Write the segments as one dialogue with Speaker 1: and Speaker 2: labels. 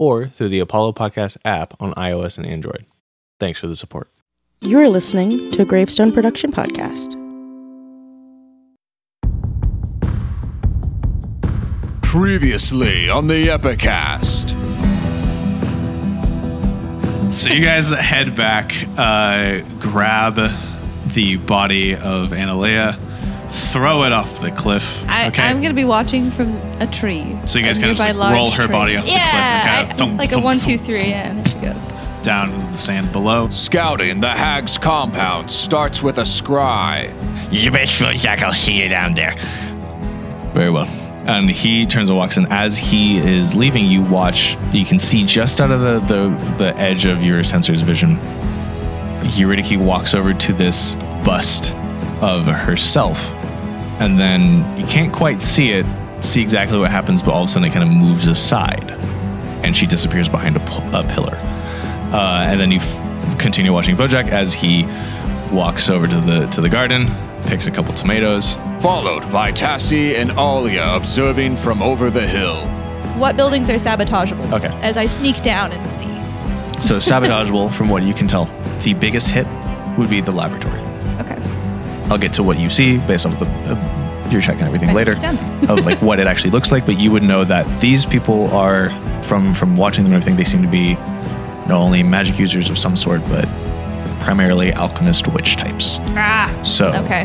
Speaker 1: or through the Apollo Podcast app on iOS and Android. Thanks for the support.
Speaker 2: You're listening to a Gravestone Production Podcast.
Speaker 3: Previously on the Epicast.
Speaker 4: So you guys head back, uh, grab the body of Analea, throw it off the cliff.
Speaker 5: I, I'm gonna be watching from a tree.
Speaker 4: so you guys
Speaker 5: A
Speaker 4: kind of
Speaker 5: nearby
Speaker 4: just like
Speaker 5: large
Speaker 4: roll her
Speaker 5: tree.
Speaker 4: body off
Speaker 6: Yeah,
Speaker 4: the cliff and kind
Speaker 6: I-
Speaker 4: of thump,
Speaker 6: like a
Speaker 4: thump,
Speaker 6: one, two,
Speaker 4: thump,
Speaker 6: three, yeah, and there she goes.
Speaker 4: down into the sand below.
Speaker 3: Scouting the Hag's compound starts with a scry.
Speaker 4: You best feel like I'll see you down there. Very well. And he turns and walks, and as he is leaving, you watch. You can see just out of the the, the edge of your sensor's vision. Eurydice walks over to this bust of herself, and then you can't quite see it, see exactly what happens, but all of a sudden it kind of moves aside, and she disappears behind a, pu- a pillar uh, and then you f- continue watching Bojack as he walks over to the to the garden, picks a couple tomatoes.
Speaker 3: Followed by Tassie and Alia observing from over the hill.
Speaker 6: What buildings are sabotageable?
Speaker 4: Okay.
Speaker 6: As I sneak down and see.
Speaker 4: So sabotageable, from what you can tell, the biggest hit would be the laboratory.
Speaker 6: Okay.
Speaker 4: I'll get to what you see based on the, uh, your check and everything
Speaker 6: Right,
Speaker 4: later
Speaker 6: done.
Speaker 4: of like what it actually looks like. But you would know that these people are from from watching them and everything. They seem to be not only magic users of some sort, but primarily alchemist witch types.
Speaker 6: Ah.
Speaker 4: So
Speaker 6: Okay.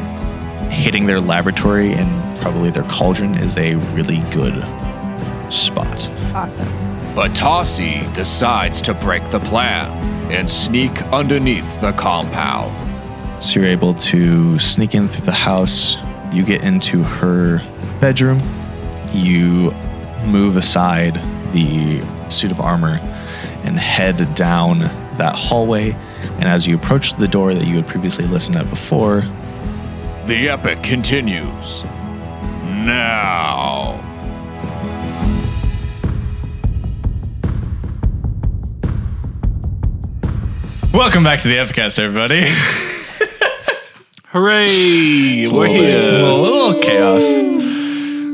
Speaker 4: hitting their laboratory and probably their cauldron is a really good spot.
Speaker 6: Awesome.
Speaker 3: But Tassie decides to break the plan and sneak underneath the compound.
Speaker 4: So you're able to sneak in through the house. You get into her bedroom. You move aside the suit of armor and head down that hallway. And as you approach the door that you had previously listened at before,
Speaker 3: The epic continues. Now.
Speaker 4: welcome back to the Epicast, everybody.
Speaker 3: Hooray! We're
Speaker 4: A
Speaker 3: here.
Speaker 4: little chaos.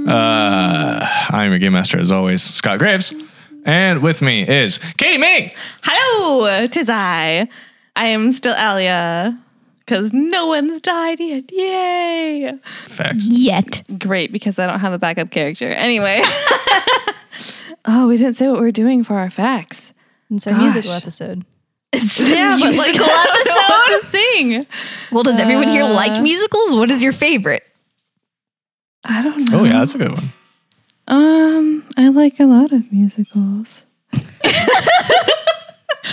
Speaker 4: Uh, I'm your game master, as always, Scott Graves, and with me is Katie Ming.
Speaker 5: Hello, tis I. I am still Alia, because no one's died yet. Yay!
Speaker 4: Fact.
Speaker 6: Yet.
Speaker 5: Great, because I don't have a backup character. Anyway. oh, we didn't say what we're doing for our facts.
Speaker 6: It's a
Speaker 5: musical
Speaker 6: episode.
Speaker 5: Yeah, but like,
Speaker 6: musical
Speaker 5: I don't know what
Speaker 6: episode?
Speaker 5: to sing.
Speaker 7: Well, does everyone here like musicals? What is your favorite?
Speaker 5: I don't know.
Speaker 4: Oh yeah, that's a good one.
Speaker 5: Um, I like a lot of musicals.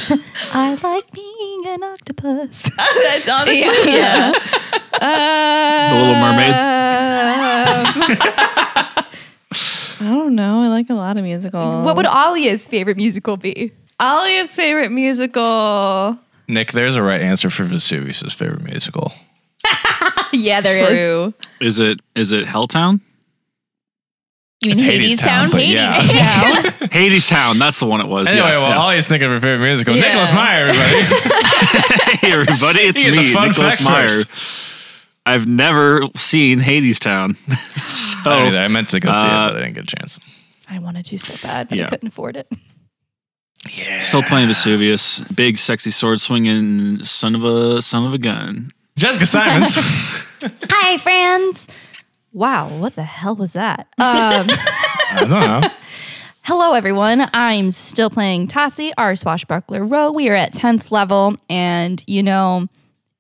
Speaker 7: I like being an octopus.
Speaker 5: That's honestly, yeah. Uh,
Speaker 3: The Little Mermaid.
Speaker 5: I don't know. I like a lot of musicals.
Speaker 7: What would Alia's favorite musical be?
Speaker 5: Alia's favorite musical?
Speaker 4: Nick, there's a right answer for Vesuvius' favorite musical.
Speaker 6: Yeah, there is.
Speaker 5: True.
Speaker 8: Is it is it Helltown?
Speaker 7: You mean Hades Town?
Speaker 4: but
Speaker 7: Hades.
Speaker 4: yeah.
Speaker 8: Hades Town. That's the one it was.
Speaker 4: anyway,
Speaker 8: yeah,
Speaker 4: well,
Speaker 8: yeah.
Speaker 4: Ollie's thinking of her favorite musical.
Speaker 5: Yeah.
Speaker 4: Nicholas Meyer, everybody.
Speaker 8: hey everybody, it's
Speaker 4: You get the
Speaker 8: me,
Speaker 4: fun
Speaker 8: Nicholas
Speaker 4: fact
Speaker 8: Meyer.
Speaker 4: first.
Speaker 8: I've never seen Hades Town, so
Speaker 4: I, knew that. I meant to go see
Speaker 8: Uh,
Speaker 4: it, but I didn't get a chance.
Speaker 7: I wanted to so bad, but
Speaker 8: Yeah.
Speaker 7: I couldn't afford it.
Speaker 8: still playing Vesuvius. Big, sexy sword swinging son of a son of a gun.
Speaker 4: Jessica Simons.
Speaker 7: Hi, friends.
Speaker 6: Wow, what the hell was that?
Speaker 7: Um,
Speaker 4: I don't know.
Speaker 7: hello, everyone. I'm still playing Tassie, our swashbuckler row. We are at 10th level, and you know,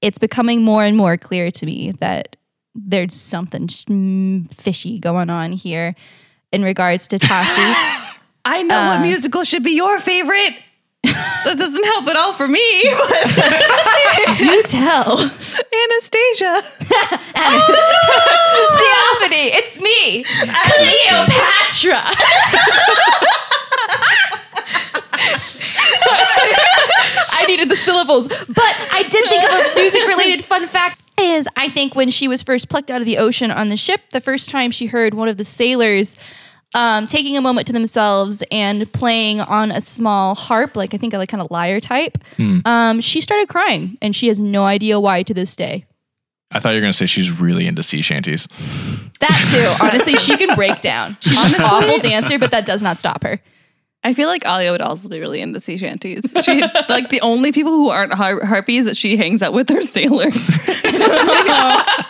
Speaker 7: it's becoming more and more clear to me that there's something sh- mm, fishy going on here in regards to Tassie.
Speaker 5: I know what musical should be your favorite. that doesn't help at all for me. But
Speaker 7: Do tell.
Speaker 5: Anastasia.
Speaker 7: Theophany, it's me, Cleopatra. syllables. But I did think of a music related fun fact is I think when she was first plucked out of the ocean on the ship, the first time she heard one of the sailors um, taking a moment to themselves and playing on a small harp, like I think a like kind of lyre type, um, she started crying and she has no idea why to this day.
Speaker 1: I thought you were going to say she's really into sea shanties.
Speaker 7: That too, honestly, she can break down. She's an awful dancer, but that does not stop her.
Speaker 5: I feel like Alia would also be really into sea shanties. She like the only people who aren't har- harpies that she hangs out with are sailors.
Speaker 7: I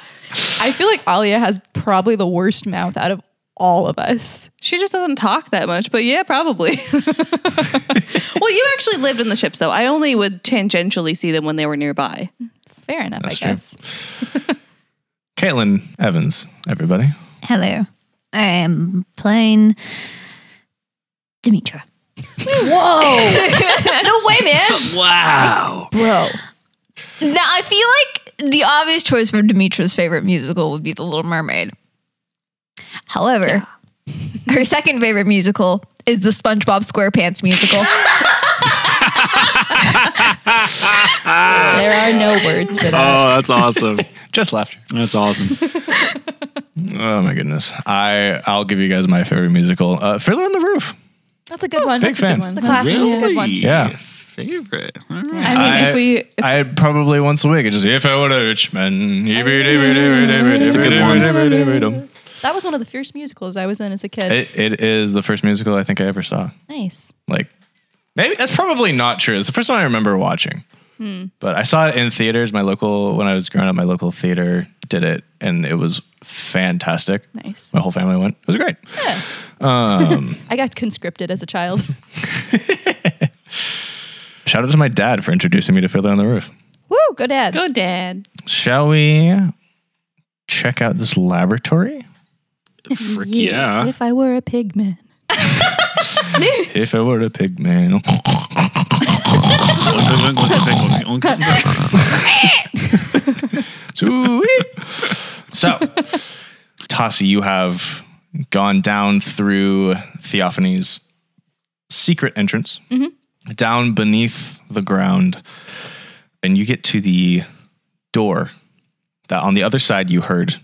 Speaker 7: feel like Alia has probably the worst mouth out of all of us.
Speaker 5: she just doesn't talk that much, but yeah, probably. well, you actually lived in the ships though. I only would tangentially see them when they were nearby.
Speaker 7: Fair enough,
Speaker 1: That's
Speaker 7: I
Speaker 1: true.
Speaker 7: guess.
Speaker 1: Caitlin Evans, everybody.
Speaker 9: Hello. I am playing Demetra.
Speaker 10: no way, man.
Speaker 9: Bro. Now, I feel like the obvious choice for Demetra's favorite musical would be The Little Mermaid. However, her second favorite musical is the SpongeBob SquarePants musical.
Speaker 7: There are no words for that.
Speaker 8: Oh, that's awesome.
Speaker 1: Just laughter.
Speaker 8: That's awesome.
Speaker 1: Oh my goodness. I I'll give you guys my favorite musical. Uh Fiddler on the Roof.
Speaker 7: That's a good one.
Speaker 1: Big
Speaker 7: That's a
Speaker 1: fan.
Speaker 7: good one.
Speaker 9: the classic. It's a good one.
Speaker 1: Yeah.
Speaker 8: Favorite. All right.
Speaker 5: I mean,
Speaker 1: I-
Speaker 5: if we if
Speaker 1: I had probably once a week. It's just if I were a rich man.
Speaker 8: a good one.
Speaker 1: It,
Speaker 7: That was one of the first musicals I was in as a kid.
Speaker 1: it is the first musical I think I ever saw.
Speaker 7: nice.
Speaker 1: Like maybe that's probably not true. It's the first time I remember watching. But I saw it in theaters. My local when I was growing up, my local theater did it and it was fantastic.
Speaker 7: Nice.
Speaker 1: My whole family went. It was great.
Speaker 7: I got conscripted as a child.
Speaker 1: Shout out to my dad for introducing me to Fiddler on the Roof.
Speaker 7: Woo, go dads.
Speaker 5: go dad.
Speaker 1: Shall we check out this laboratory?
Speaker 8: Frick yeah.
Speaker 7: If I were a pig man.
Speaker 1: If I were a pig man. Sweet. so, Tasi, you have gone down through Theophany's secret entrance, down beneath the ground, and you get to the door that on the other side you heard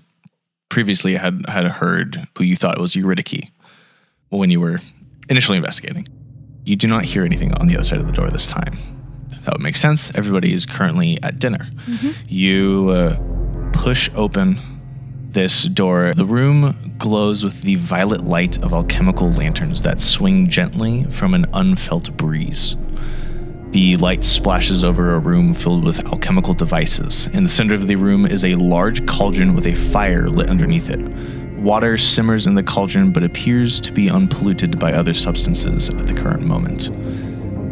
Speaker 1: previously had had heard who you thought was Eurydice when you were initially investigating. You do not hear anything on the other side of the door this time. That would make sense. Everybody is currently at dinner. You uh, push open this door. The room glows with the violet light of alchemical lanterns that swing gently from an unfelt breeze. The light splashes over a room filled with alchemical devices. In the center of the room is a large cauldron with a fire lit underneath it. Water simmers in the cauldron but appears to be unpolluted by other substances at the current moment.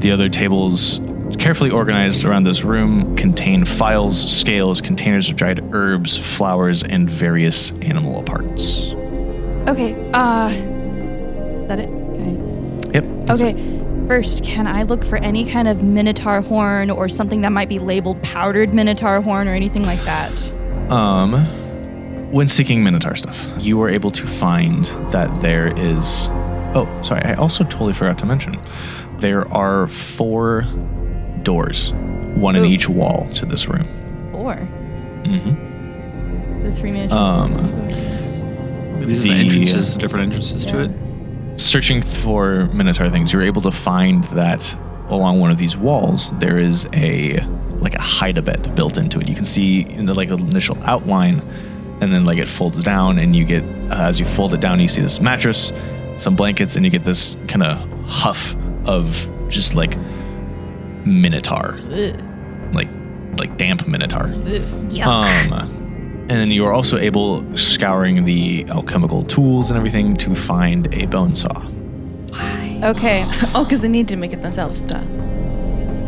Speaker 1: The other tables, carefully organized around this room, contain files, scales, containers of dried herbs, flowers, and various animal parts.
Speaker 10: Okay. Uh, is that it? Okay.
Speaker 1: Yep.
Speaker 7: Okay. First, can I look for any kind of minotaur horn or something that might be labeled powdered minotaur horn or anything like that?
Speaker 1: Um, when seeking Minotaur stuff, you were able to find that there is. Oh, sorry, I also totally forgot to mention. There are four doors, one in each wall to this room.
Speaker 7: Or
Speaker 8: Mm-hmm.
Speaker 7: the three miniatures.
Speaker 8: Um, Maybe the, the
Speaker 1: The-
Speaker 8: entrances, the different entrances to it.
Speaker 1: searching for minotaur things you're able to find that along one of these walls there is a like a hide-a-bed built into it you can see in the like initial outline and then like it folds down and you get uh, as you fold it down you see this mattress some blankets and you get this kind of huff of just like minotaur like like damp minotaur um and then you are also able scouring the alchemical tools and everything to find a bone saw
Speaker 7: Okay.
Speaker 5: Oh, because they need to make it themselves. Duh.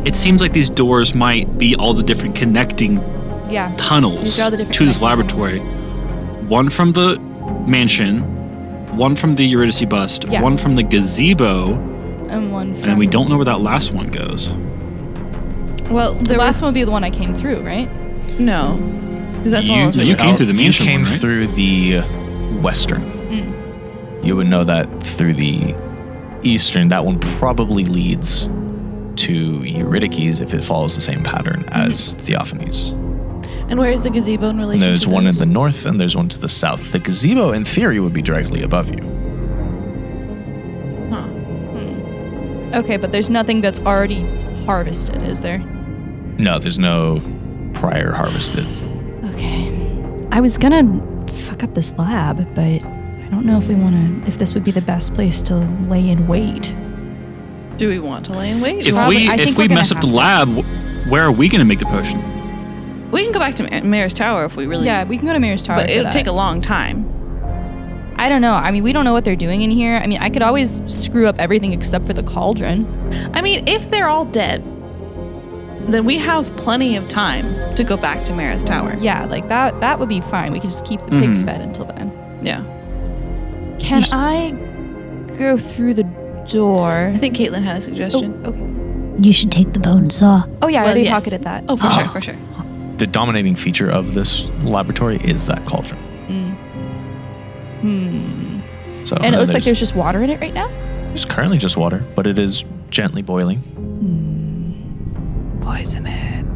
Speaker 8: It seems like these doors might be all the different connecting
Speaker 7: Yeah.
Speaker 8: tunnels
Speaker 7: These are all the different
Speaker 8: to this
Speaker 7: connections.
Speaker 8: laboratory. One from the mansion, one from the Eurydice bust,
Speaker 7: Yeah.
Speaker 8: one from the gazebo,
Speaker 7: And one from
Speaker 8: and we don't know where that last one goes.
Speaker 7: Well, the last one would be the one I came through, right?
Speaker 5: No, 'Cause that's one
Speaker 8: You-
Speaker 5: of those.
Speaker 8: you
Speaker 5: things.
Speaker 8: came through the mansion
Speaker 1: You came
Speaker 8: one, right?
Speaker 1: through the western.
Speaker 5: Mm.
Speaker 1: You would know that through the eastern. That one probably leads to Eurydice if it follows the same pattern
Speaker 7: Mm-hmm.
Speaker 1: as Theophanes.
Speaker 5: And where is the gazebo in
Speaker 1: And
Speaker 5: relation?
Speaker 1: there's
Speaker 5: to
Speaker 1: one in
Speaker 5: those?
Speaker 1: the north and there's one to the south. The gazebo, in theory, would be directly above you.
Speaker 7: Okay, but there's nothing that's already harvested, is there?
Speaker 1: No, there's no prior harvested.
Speaker 7: Okay. I was gonna fuck up this lab, but I don't know if we wanna, if this would be the best place to lay in wait.
Speaker 5: Do we want to lay in wait?
Speaker 8: If
Speaker 7: Probably-
Speaker 8: we
Speaker 7: I
Speaker 8: if
Speaker 7: think
Speaker 8: we
Speaker 7: we're gonna
Speaker 8: mess up the
Speaker 7: have to.
Speaker 8: lab, wh- where are we going to make the potion?
Speaker 5: we can go back to Ma- Mayor's Tower if we really.
Speaker 7: Yeah, we can go to Mayor's Tower.
Speaker 5: but
Speaker 7: for
Speaker 5: it'll
Speaker 7: that.
Speaker 5: take a long time.
Speaker 7: I don't know. I mean, we don't know what they're doing in here. I mean, I could always screw up everything except for the cauldron.
Speaker 5: I mean, if they're all dead, then we have plenty of time to go back to Mayor's Tower.
Speaker 7: Yeah, like that. That would be fine. We could just keep the pigs fed until then.
Speaker 5: Yeah.
Speaker 7: Can I go through the door?
Speaker 5: I think Caitlin had a suggestion.
Speaker 7: Okay.
Speaker 9: You should take the bone saw.
Speaker 7: Oh yeah, I
Speaker 5: Well,
Speaker 7: already
Speaker 5: yes.
Speaker 7: pocketed that.
Speaker 5: Oh, for sure, for sure.
Speaker 1: The dominating feature of this laboratory is that cauldron. So,
Speaker 7: Mm. Hmm. and it
Speaker 1: uh,
Speaker 7: looks like there's just water in it right now.
Speaker 1: It's currently just water, but it is gently boiling.
Speaker 5: Poison it.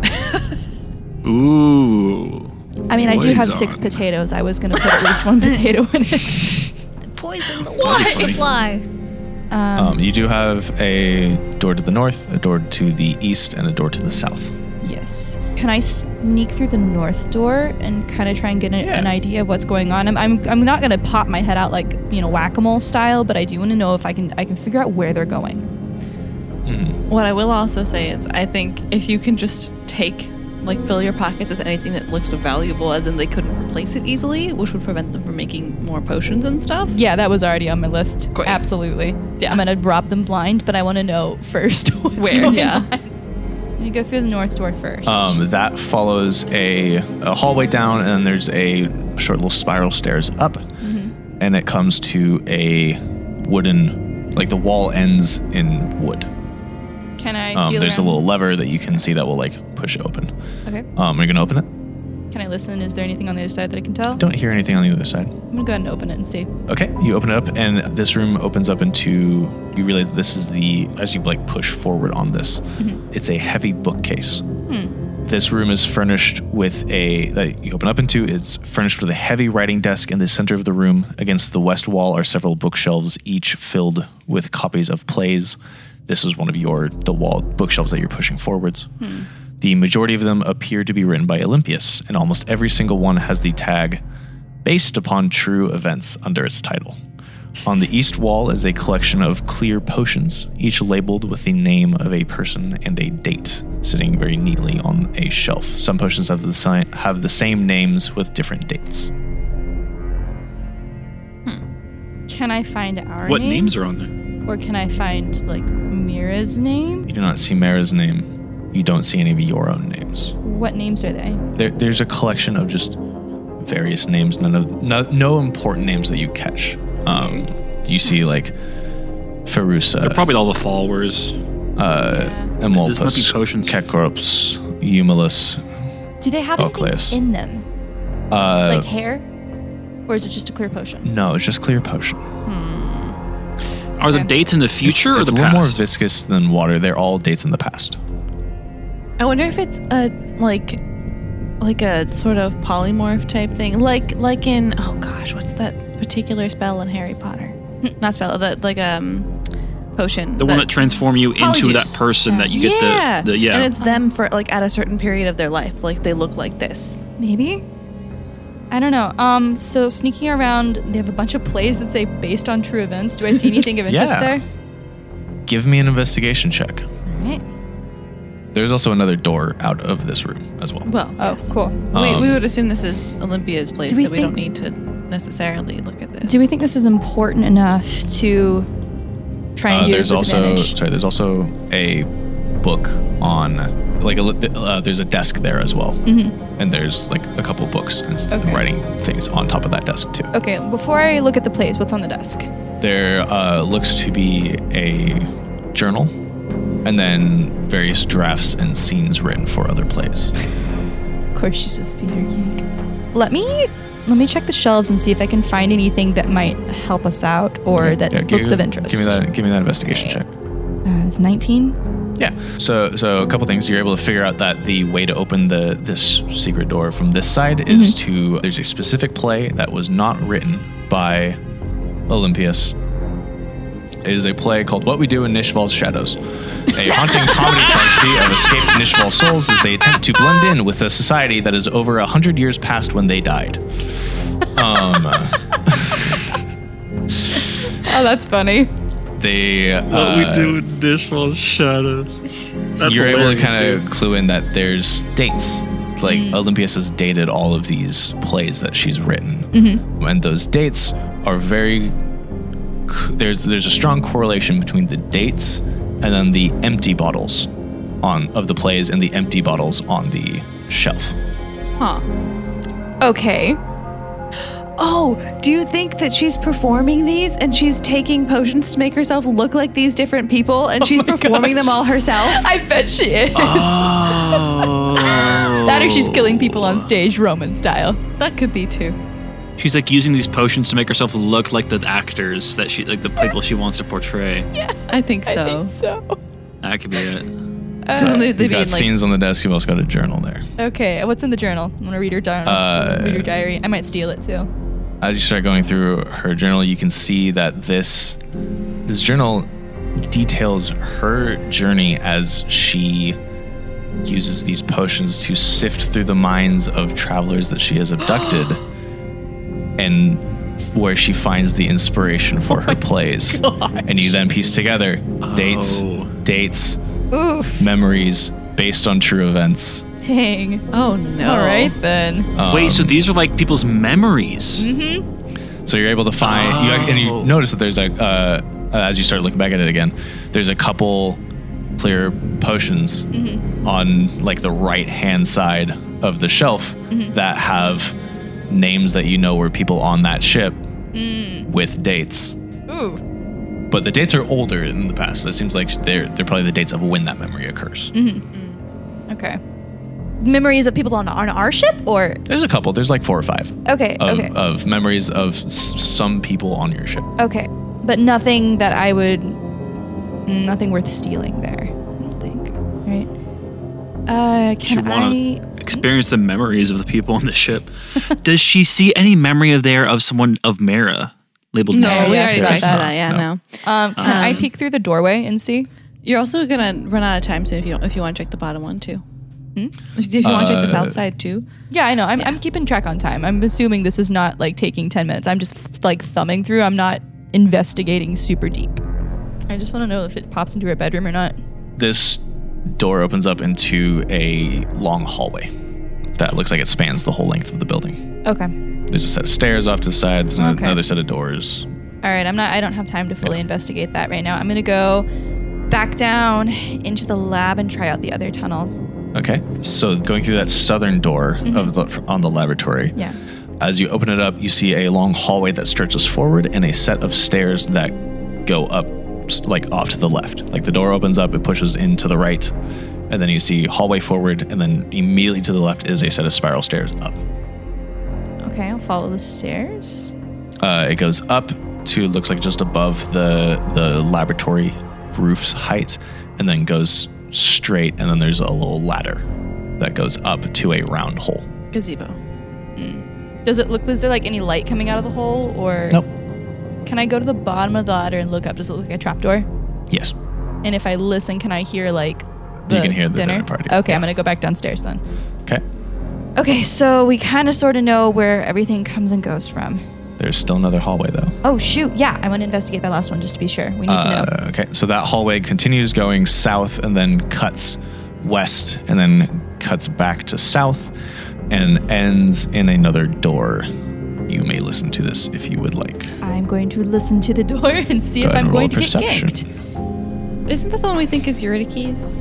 Speaker 8: Ooh.
Speaker 7: I mean, I do have
Speaker 8: Poison.
Speaker 7: six potatoes. I was gonna put at least one potato in it.
Speaker 9: Poison the water supply.
Speaker 1: Um, you do have a door to the north, a door to the east, and a door to the south.
Speaker 7: Yes. Can I sneak through the north door and kind of try and get an, an idea of what's going on? I'm, I'm, I'm not gonna pop my head out like you know whack-a-mole style, but I do want to know if I can I can figure out where they're going.
Speaker 5: What I will also say is, I think if you can just take, like, fill your pockets with anything that looks valuable, as in they couldn't replace it easily, which would prevent them from making more potions and stuff.
Speaker 7: Yeah, that was already on my list.
Speaker 5: Great.
Speaker 7: Absolutely. Yeah. I'm gonna rob them blind, but I want to know first what's
Speaker 5: Where,
Speaker 7: Going
Speaker 5: yeah.
Speaker 7: On. I'm gonna go through the north door first.
Speaker 1: Um, that follows a, a hallway down, and then there's a short little spiral stairs up,
Speaker 7: Mm-hmm.
Speaker 1: and it comes to a wooden, like the wall ends in wood.
Speaker 7: can I?
Speaker 1: Um,
Speaker 7: feel
Speaker 1: there's a
Speaker 7: around?
Speaker 1: little lever that you can see that will like push it open.
Speaker 7: Okay.
Speaker 1: Um, are you gonna open it?
Speaker 7: Can I listen? Is there anything on the other side that I can tell?
Speaker 1: Don't hear anything on the other side.
Speaker 7: I'm gonna go ahead and open it and see.
Speaker 1: Okay, you open it up, and this room opens up into. You realize this is the as you like push forward on this. It's a heavy bookcase. This room is furnished with a that you open up into. It's furnished with a heavy writing desk in the center of the room. Against the west wall are several bookshelves, each filled with copies of plays. This is one of your the wall bookshelves that you're pushing forwards. The majority of them appear to be written by Olympius, and almost every single one has the tag based upon true events under its title. On the east wall is a collection of clear potions, each labeled with the name of a person and a date, sitting very neatly on a shelf. Some potions have the, si- have the same names with different dates.
Speaker 7: Can I find our
Speaker 8: What names are on there?
Speaker 7: there? Or can I find like Mira's name?
Speaker 1: You do not see Mara's name. You don't see any of your own names.
Speaker 7: What names are they?
Speaker 1: There, there's a collection of just various names, none of no, no important names that you catch. Um, you see like Ferusa,
Speaker 8: Probably all the followers. This must be
Speaker 1: Emolpus,
Speaker 8: potions.
Speaker 1: Kekrops, Eumolus.
Speaker 7: Do they have
Speaker 1: Oh,
Speaker 7: anything
Speaker 1: Claes.
Speaker 7: in them?
Speaker 1: Uh,
Speaker 7: like hair? Or is it just a clear potion?
Speaker 1: no, it's just clear potion.
Speaker 8: Are the dates in the
Speaker 1: it's
Speaker 8: future or
Speaker 1: a
Speaker 8: the
Speaker 1: little more
Speaker 8: past?
Speaker 1: viscous than water. They're all dates in the past.
Speaker 5: I wonder if it's a like like a sort of polymorph type thing. Like like in oh gosh, what's that particular spell in Harry Potter? Not spell, that like um potion.
Speaker 8: the one that transform you into that
Speaker 5: Polyjuice.
Speaker 8: person that you get
Speaker 5: yeah.
Speaker 8: the, the yeah.
Speaker 5: And it's them for like at a certain period of their life. Like they look like this.
Speaker 7: Maybe? I don't know. Um, so sneaking around, they have a bunch of plays that say based on true events. Do I see anything of interest
Speaker 1: Yeah.
Speaker 7: there?
Speaker 1: Give me an investigation check.
Speaker 7: Alright.
Speaker 1: There's also another door out of this room as well.
Speaker 5: Well,
Speaker 7: Oh, cool.
Speaker 5: we,
Speaker 1: Um,
Speaker 5: we would assume this is Olympia's place,
Speaker 7: Do we
Speaker 5: so we don't
Speaker 7: think-
Speaker 5: need to necessarily look at this.
Speaker 7: Do we think this is important enough to try and
Speaker 1: Uh,
Speaker 7: use
Speaker 1: there's
Speaker 7: with
Speaker 1: also
Speaker 7: advantage?
Speaker 1: sorry. There's also a book on like a, li- uh, there's a desk there as well, and there's like a couple books and s-
Speaker 7: Mm-hmm. Okay.
Speaker 1: writing things on top of that desk too.
Speaker 7: Okay, before I look at the plays, what's on the desk?
Speaker 1: There uh, looks to be a journal, and then various drafts and scenes written for other plays.
Speaker 7: Of course, she's a theater geek. Let me let me check the shelves and see if I can find anything that might help us out or that
Speaker 1: Yeah,
Speaker 7: looks
Speaker 1: give-
Speaker 7: of interest.
Speaker 1: Give me that. Give me that investigation check.
Speaker 7: Uh, it's 19.
Speaker 1: Yeah. So, so a couple things. You're able to figure out that the way to open the this secret door from this side is to there's a specific play that was not written by Olympias. It is a play called What We Do in Nishval's Shadows, a haunting comedy tragedy of escaped Nishval souls as they attempt to blend in with a society that is over a hundred years past when they died. Um,
Speaker 7: Oh, that's funny.
Speaker 1: they uh,
Speaker 8: what we do in Dishwall Shadows. That's
Speaker 1: you're able to
Speaker 8: hilarious,
Speaker 1: kind of
Speaker 8: dude. Mm.
Speaker 1: clue in that there's dates. Like Olympias has dated all of these plays that she's written,
Speaker 8: Mm-hmm.
Speaker 1: and those dates are very. c- There's there's a strong correlation between the dates and then the empty bottles on of the plays and the empty bottles on the shelf.
Speaker 7: Okay.
Speaker 5: Oh, do you think that she's performing these and she's taking potions to make herself look like these different people and she's performing them all herself?
Speaker 7: I bet she is.
Speaker 1: Uh,
Speaker 7: that or
Speaker 8: Oh.
Speaker 7: she's killing people on stage, Roman style.
Speaker 5: That could be too.
Speaker 8: She's like using these potions to make herself look like the actors that she, like the people she wants to portray.
Speaker 5: I think so.
Speaker 7: So. Uh,
Speaker 8: That could be it.
Speaker 5: So they-
Speaker 1: You've
Speaker 5: they
Speaker 1: got
Speaker 5: mean, like-
Speaker 1: scenes on the desk. You've also got a journal there.
Speaker 7: Okay, what's in the journal? I'm gonna read her diary.
Speaker 1: Uh,
Speaker 7: read her diary. I might steal it too.
Speaker 1: as you start going through her journal, you can see that this this journal details her journey as she uses these potions to sift through the minds of travelers that she has abducted and where she finds the inspiration for her plays. And you then piece together dates,
Speaker 8: Oh.
Speaker 1: dates, memories based on true events.
Speaker 7: Dang.
Speaker 5: Oh no.
Speaker 7: All right then.
Speaker 8: Wait, so these are like people's memories.
Speaker 7: Mm-hmm.
Speaker 1: So you're able to find, you, and you notice that there's a, uh, as you start looking back at it again, there's a couple clear potions
Speaker 7: Mm-hmm.
Speaker 1: on like the right hand side of the shelf
Speaker 7: Mm-hmm.
Speaker 1: that have names that you know were people on that ship with dates.
Speaker 7: Mm. Ooh.
Speaker 1: But the dates are older in the past. So it seems like they're, they're probably the dates of when that memory occurs.
Speaker 7: Mm-hmm. Okay. Memories of people on on our ship, or
Speaker 1: There's a couple, there's like four or five
Speaker 7: okay,
Speaker 1: of,
Speaker 7: okay,
Speaker 1: of memories of s- some people on your ship.
Speaker 7: okay, but nothing that I would, mm, nothing worth stealing there. I don't think. Right. Uh, can
Speaker 8: She
Speaker 7: I?
Speaker 8: want to experience the memories of the people on the ship. Does she see any memory of there of someone of Mara labeled
Speaker 5: No,
Speaker 8: Mara?
Speaker 5: we
Speaker 7: yeah,
Speaker 5: already
Speaker 7: it's
Speaker 5: talked about
Speaker 7: not-
Speaker 5: that. Uh, Yeah, no.
Speaker 7: Um, can I peek through the doorway and see?
Speaker 5: You're also gonna run out of time soon if you don't if you want to check the bottom one too. If you want to check the south side too.
Speaker 7: Yeah, I know. I'm, I'm keeping track on time. I'm assuming this is not like taking 10 minutes. I'm just f- like thumbing through. I'm not investigating super deep. I just want to know if it pops into her bedroom or not.
Speaker 1: this door opens up into a long hallway that looks like it spans the whole length of the building.
Speaker 7: Okay.
Speaker 1: There's a set of stairs off to the sides and
Speaker 7: Okay.
Speaker 1: another set of doors.
Speaker 7: All right. I'm not, I don't have time to fully investigate that right now. I'm going to go back down into the lab and try out the other tunnel.
Speaker 1: Okay. So going through that southern door of the on the laboratory.
Speaker 7: Yeah.
Speaker 1: As you open it up, you see a long hallway that stretches forward and a set of stairs that go up s- like off to the left. Like the door opens up, it pushes into the right, and then you see hallway forward and then immediately to the left is a set of spiral stairs up.
Speaker 7: Okay. I'll follow the stairs.
Speaker 1: Uh, it goes up to looks like just above the the laboratory roof's height, and then goes straight. And then there's a little ladder that goes up to a round hole.
Speaker 5: Gazebo.
Speaker 7: Does it look, is there like any light coming out of the hole or?
Speaker 1: Nope.
Speaker 7: Can I go to the bottom of the ladder and look up? Does it look like a trapdoor?
Speaker 1: Yes.
Speaker 7: And if I listen, can I hear like
Speaker 1: You can hear the dinner party,
Speaker 7: Okay, I'm
Speaker 1: yeah.
Speaker 7: gonna go back downstairs then.
Speaker 1: Okay.
Speaker 7: Okay, so we kind of sort of know where everything comes and goes from.
Speaker 1: There's still another hallway though.
Speaker 7: Oh shoot, yeah, I want to investigate that last one just to be sure. We need to know.
Speaker 1: Uh, okay. So that hallway continues going south and then cuts west and then cuts back to south and ends in another door. You may listen to this if you would like.
Speaker 7: I'm going to listen to the door and see
Speaker 1: Go
Speaker 7: if
Speaker 1: ahead and
Speaker 7: I'm
Speaker 1: roll
Speaker 7: going to
Speaker 1: perception.
Speaker 7: get ganked.
Speaker 5: Isn't that the one we think is Eurydice?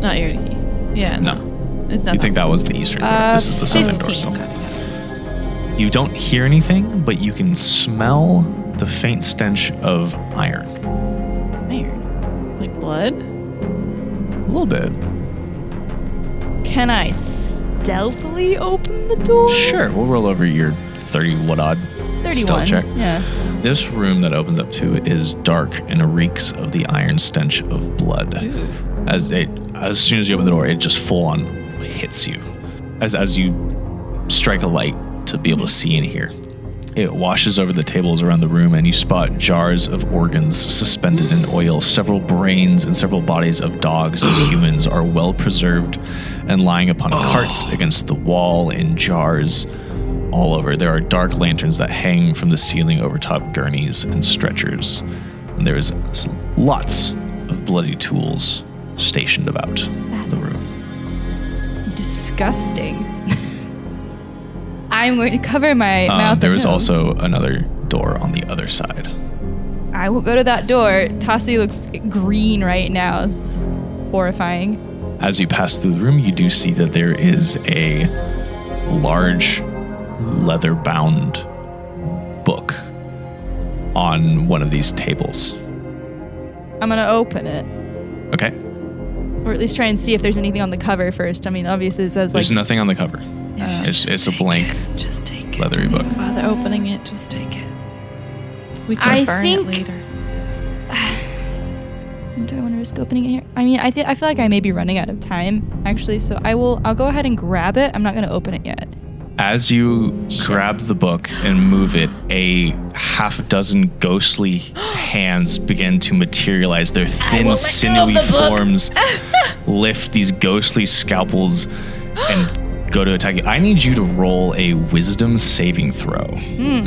Speaker 5: Not Eurydice. Yeah.
Speaker 1: No.
Speaker 5: It's not
Speaker 1: You think that was the eastern door.
Speaker 7: Uh,
Speaker 1: this is the southern door
Speaker 7: 15.
Speaker 1: still. You don't hear anything, but you can smell the faint stench of iron.
Speaker 5: iron. Like blood?
Speaker 1: A little bit.
Speaker 7: Can I stealthily open the door?
Speaker 1: Sure, we'll roll over your 30 what odd Stealth
Speaker 7: 31.
Speaker 1: check.
Speaker 7: Yeah.
Speaker 1: This room that opens up to is dark and reeks of the iron stench of blood. As it, as soon as you open the door, it just full on hits you. As as you strike a light to be able to see and hear, it washes over the tables around the room, and you spot jars of organs suspended in oil. Several brains and several bodies of dogs and humans are well preserved and lying upon carts against the wall in jars all over. There are dark lanterns that hang from the ceiling over top gurneys and stretchers. And there is s- lots of bloody tools stationed about the room.
Speaker 7: Disgusting. I'm going to cover my
Speaker 1: Um,
Speaker 7: mouth.
Speaker 1: there
Speaker 7: and
Speaker 1: is
Speaker 7: nose.
Speaker 1: also another door on the other side.
Speaker 7: I will go to that door. Tassi looks green right now. This is horrifying.
Speaker 1: As you pass through the room, you do see that there is a large leather bound book on one of these tables.
Speaker 7: I'm gonna open it,
Speaker 1: Okay?
Speaker 7: or at least try and see if there's anything on the cover first. I mean, obviously it says like
Speaker 1: There's nothing on the cover. it's it's a blank
Speaker 5: Just take it.
Speaker 1: leathery book.
Speaker 5: Bother opening it. Just take it. We can
Speaker 7: I
Speaker 5: burn
Speaker 7: think-
Speaker 5: it later.
Speaker 7: Do I want to risk opening it here? I mean, I think I feel like I may be running out of time actually, so I will. I'll go ahead and grab it. I'm not gonna open it yet.
Speaker 1: As you grab the book and move it, a half dozen ghostly hands begin to materialize. Their thin, sinewy forms lift these ghostly scalpels and go to attack you. I need you to roll a wisdom saving throw.
Speaker 7: Hmm.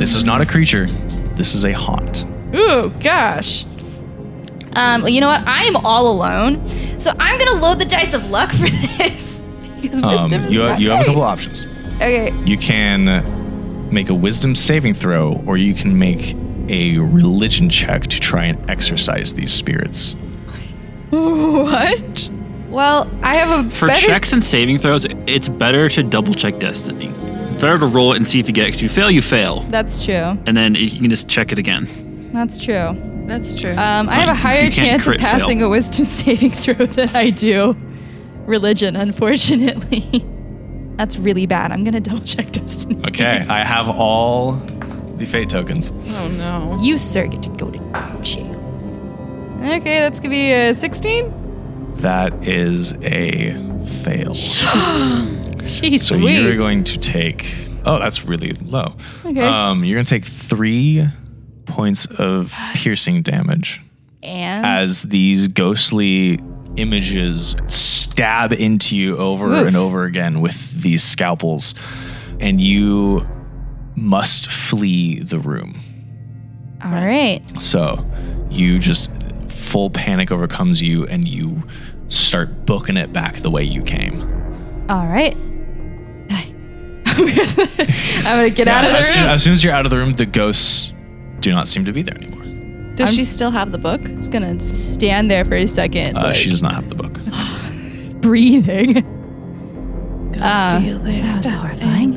Speaker 1: This is not a creature, this is a haunt.
Speaker 7: Ooh, gosh. Um, well, you know what? I'm all alone, so I'm gonna load the dice of luck for this because
Speaker 1: Um,
Speaker 7: wisdom is
Speaker 1: you,
Speaker 7: not
Speaker 1: have, you have a
Speaker 7: great.
Speaker 1: couple options.
Speaker 7: Okay.
Speaker 1: You can make a wisdom saving throw, or you can make a religion check to try and exorcise these spirits.
Speaker 5: What?
Speaker 7: Well, I have a
Speaker 8: For
Speaker 7: better
Speaker 8: checks and saving throws, it's better to double check destiny. It's better to roll it and see if you get. Cause you fail, you fail,
Speaker 7: That's true.
Speaker 8: and then you can just check it again.
Speaker 7: That's true.
Speaker 5: That's true.
Speaker 7: Um, I have a
Speaker 8: not- you
Speaker 7: higher
Speaker 8: can't
Speaker 7: chance of
Speaker 8: crit fail.
Speaker 7: passing a wisdom saving throw than I do religion, unfortunately. That's really bad. I'm gonna double check destiny.
Speaker 1: Okay, I have all the fate tokens.
Speaker 5: oh no.
Speaker 7: You, sir, get to go to jail. Okay, that's gonna be a 16.
Speaker 1: That is a fail.
Speaker 7: Jeez,
Speaker 1: So you're
Speaker 7: Louise.
Speaker 1: going to take. Oh, that's really low.
Speaker 7: Okay.
Speaker 1: Um, you're going to take three points of piercing damage
Speaker 7: and
Speaker 1: as these ghostly images stab into you over
Speaker 7: Oof.
Speaker 1: and over again with these scalpels, and you must flee the room.
Speaker 7: all right.
Speaker 1: So you just full panic overcomes you and you start booking it back the way you came.
Speaker 7: All right. I'm gonna get out of
Speaker 1: as,
Speaker 7: the
Speaker 1: soon,
Speaker 7: room.
Speaker 1: as soon as you're out of the room, the ghosts do not seem to be there anymore.
Speaker 5: Does
Speaker 7: I'm
Speaker 5: she
Speaker 7: s-
Speaker 5: still have the book?
Speaker 7: Just gonna stand there for a second,
Speaker 1: Uh,
Speaker 7: like,
Speaker 1: she does not have the book.
Speaker 7: breathing. Uh,
Speaker 5: That was
Speaker 7: horrifying.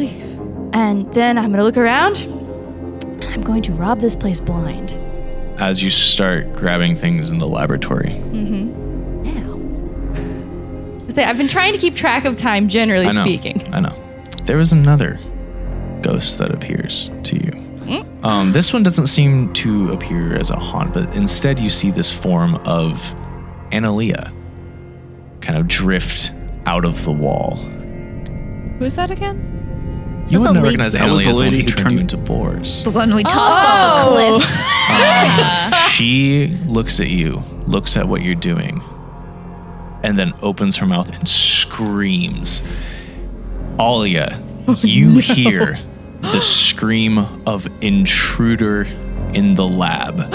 Speaker 7: And then I'm gonna look around. and I'm going to rob this place blind.
Speaker 1: As you start grabbing things in the laboratory,
Speaker 7: Now. I Say, I've been trying to keep track of time, generally
Speaker 1: I know,
Speaker 7: speaking.
Speaker 1: I know. There is another ghost that appears to you. Um, this one doesn't seem to appear as a haunt, but instead you see this form of Analia kind of drift out of the wall.
Speaker 5: Who's that again?
Speaker 9: Is
Speaker 1: you
Speaker 9: that
Speaker 1: wouldn't
Speaker 9: the
Speaker 1: recognize
Speaker 8: That was
Speaker 1: Analia
Speaker 8: the
Speaker 1: as the one
Speaker 8: lady
Speaker 1: who
Speaker 8: who
Speaker 1: turned,
Speaker 8: turned-
Speaker 1: you into boars.
Speaker 9: The one we tossed off a cliff.
Speaker 1: she looks at you, looks at what you're doing, and then opens her mouth and screams. Alia, you hear the scream of intruder in the lab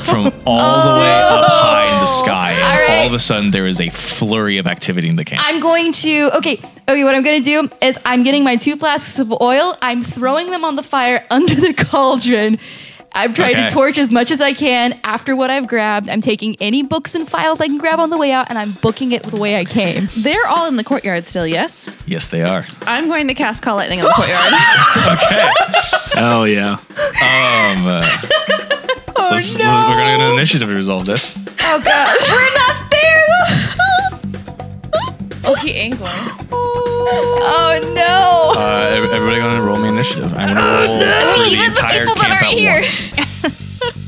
Speaker 1: from all the way up high in the sky. And all, of a sudden, there is a flurry of activity in the camp.
Speaker 7: I'm going to okay, okay, what I'm gonna do is I'm getting my two flasks of oil, I'm throwing them on the fire under the cauldron. I'm trying
Speaker 1: Okay.
Speaker 7: to torch as much as I can after what I've grabbed. I'm taking any books and files I can grab on the way out and I'm booking it the way I came.
Speaker 5: They're all in the courtyard still, yes?
Speaker 1: yes, they are.
Speaker 5: I'm going to cast Call Lightning on the courtyard.
Speaker 8: Oh yeah.
Speaker 1: Um, uh, let's- let's- we're going to initiative to resolve this.
Speaker 5: oh, he angling.
Speaker 9: Oh no!
Speaker 4: Uh, ev- everybody gonna roll me initiative. I'm gonna roll for the entire camp at once.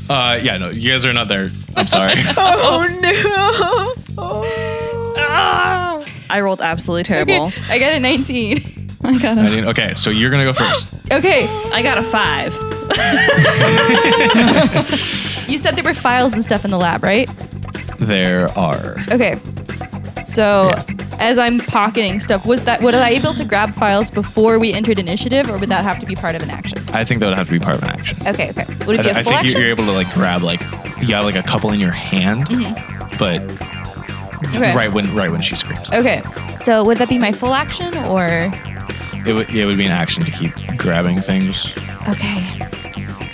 Speaker 4: Uh, yeah, no, you guys are not there. I'm sorry.
Speaker 11: oh no. I rolled absolutely terrible.
Speaker 1: Oh.
Speaker 7: I got a 19.
Speaker 11: I got
Speaker 4: I didn't- okay, so you're gonna go first.
Speaker 7: Okay.
Speaker 11: I got a five.
Speaker 7: You said there were files and stuff in the lab, right?
Speaker 4: There are.
Speaker 7: Okay. So, as I'm pocketing stuff, was that was I able to grab files before we entered initiative, or would that have to be part of an action?
Speaker 4: I think that would have to be part of an action.
Speaker 7: Okay, okay. Would it be
Speaker 4: I-
Speaker 7: a
Speaker 4: I
Speaker 7: full
Speaker 4: think you-
Speaker 7: action?
Speaker 4: you're able to like grab like you got like a couple in your hand, but
Speaker 7: Mm-hmm. Okay.
Speaker 4: right when right when she screams,
Speaker 7: Okay. So would that be my full action or?
Speaker 4: it would it would be an action to keep grabbing things.
Speaker 7: Okay.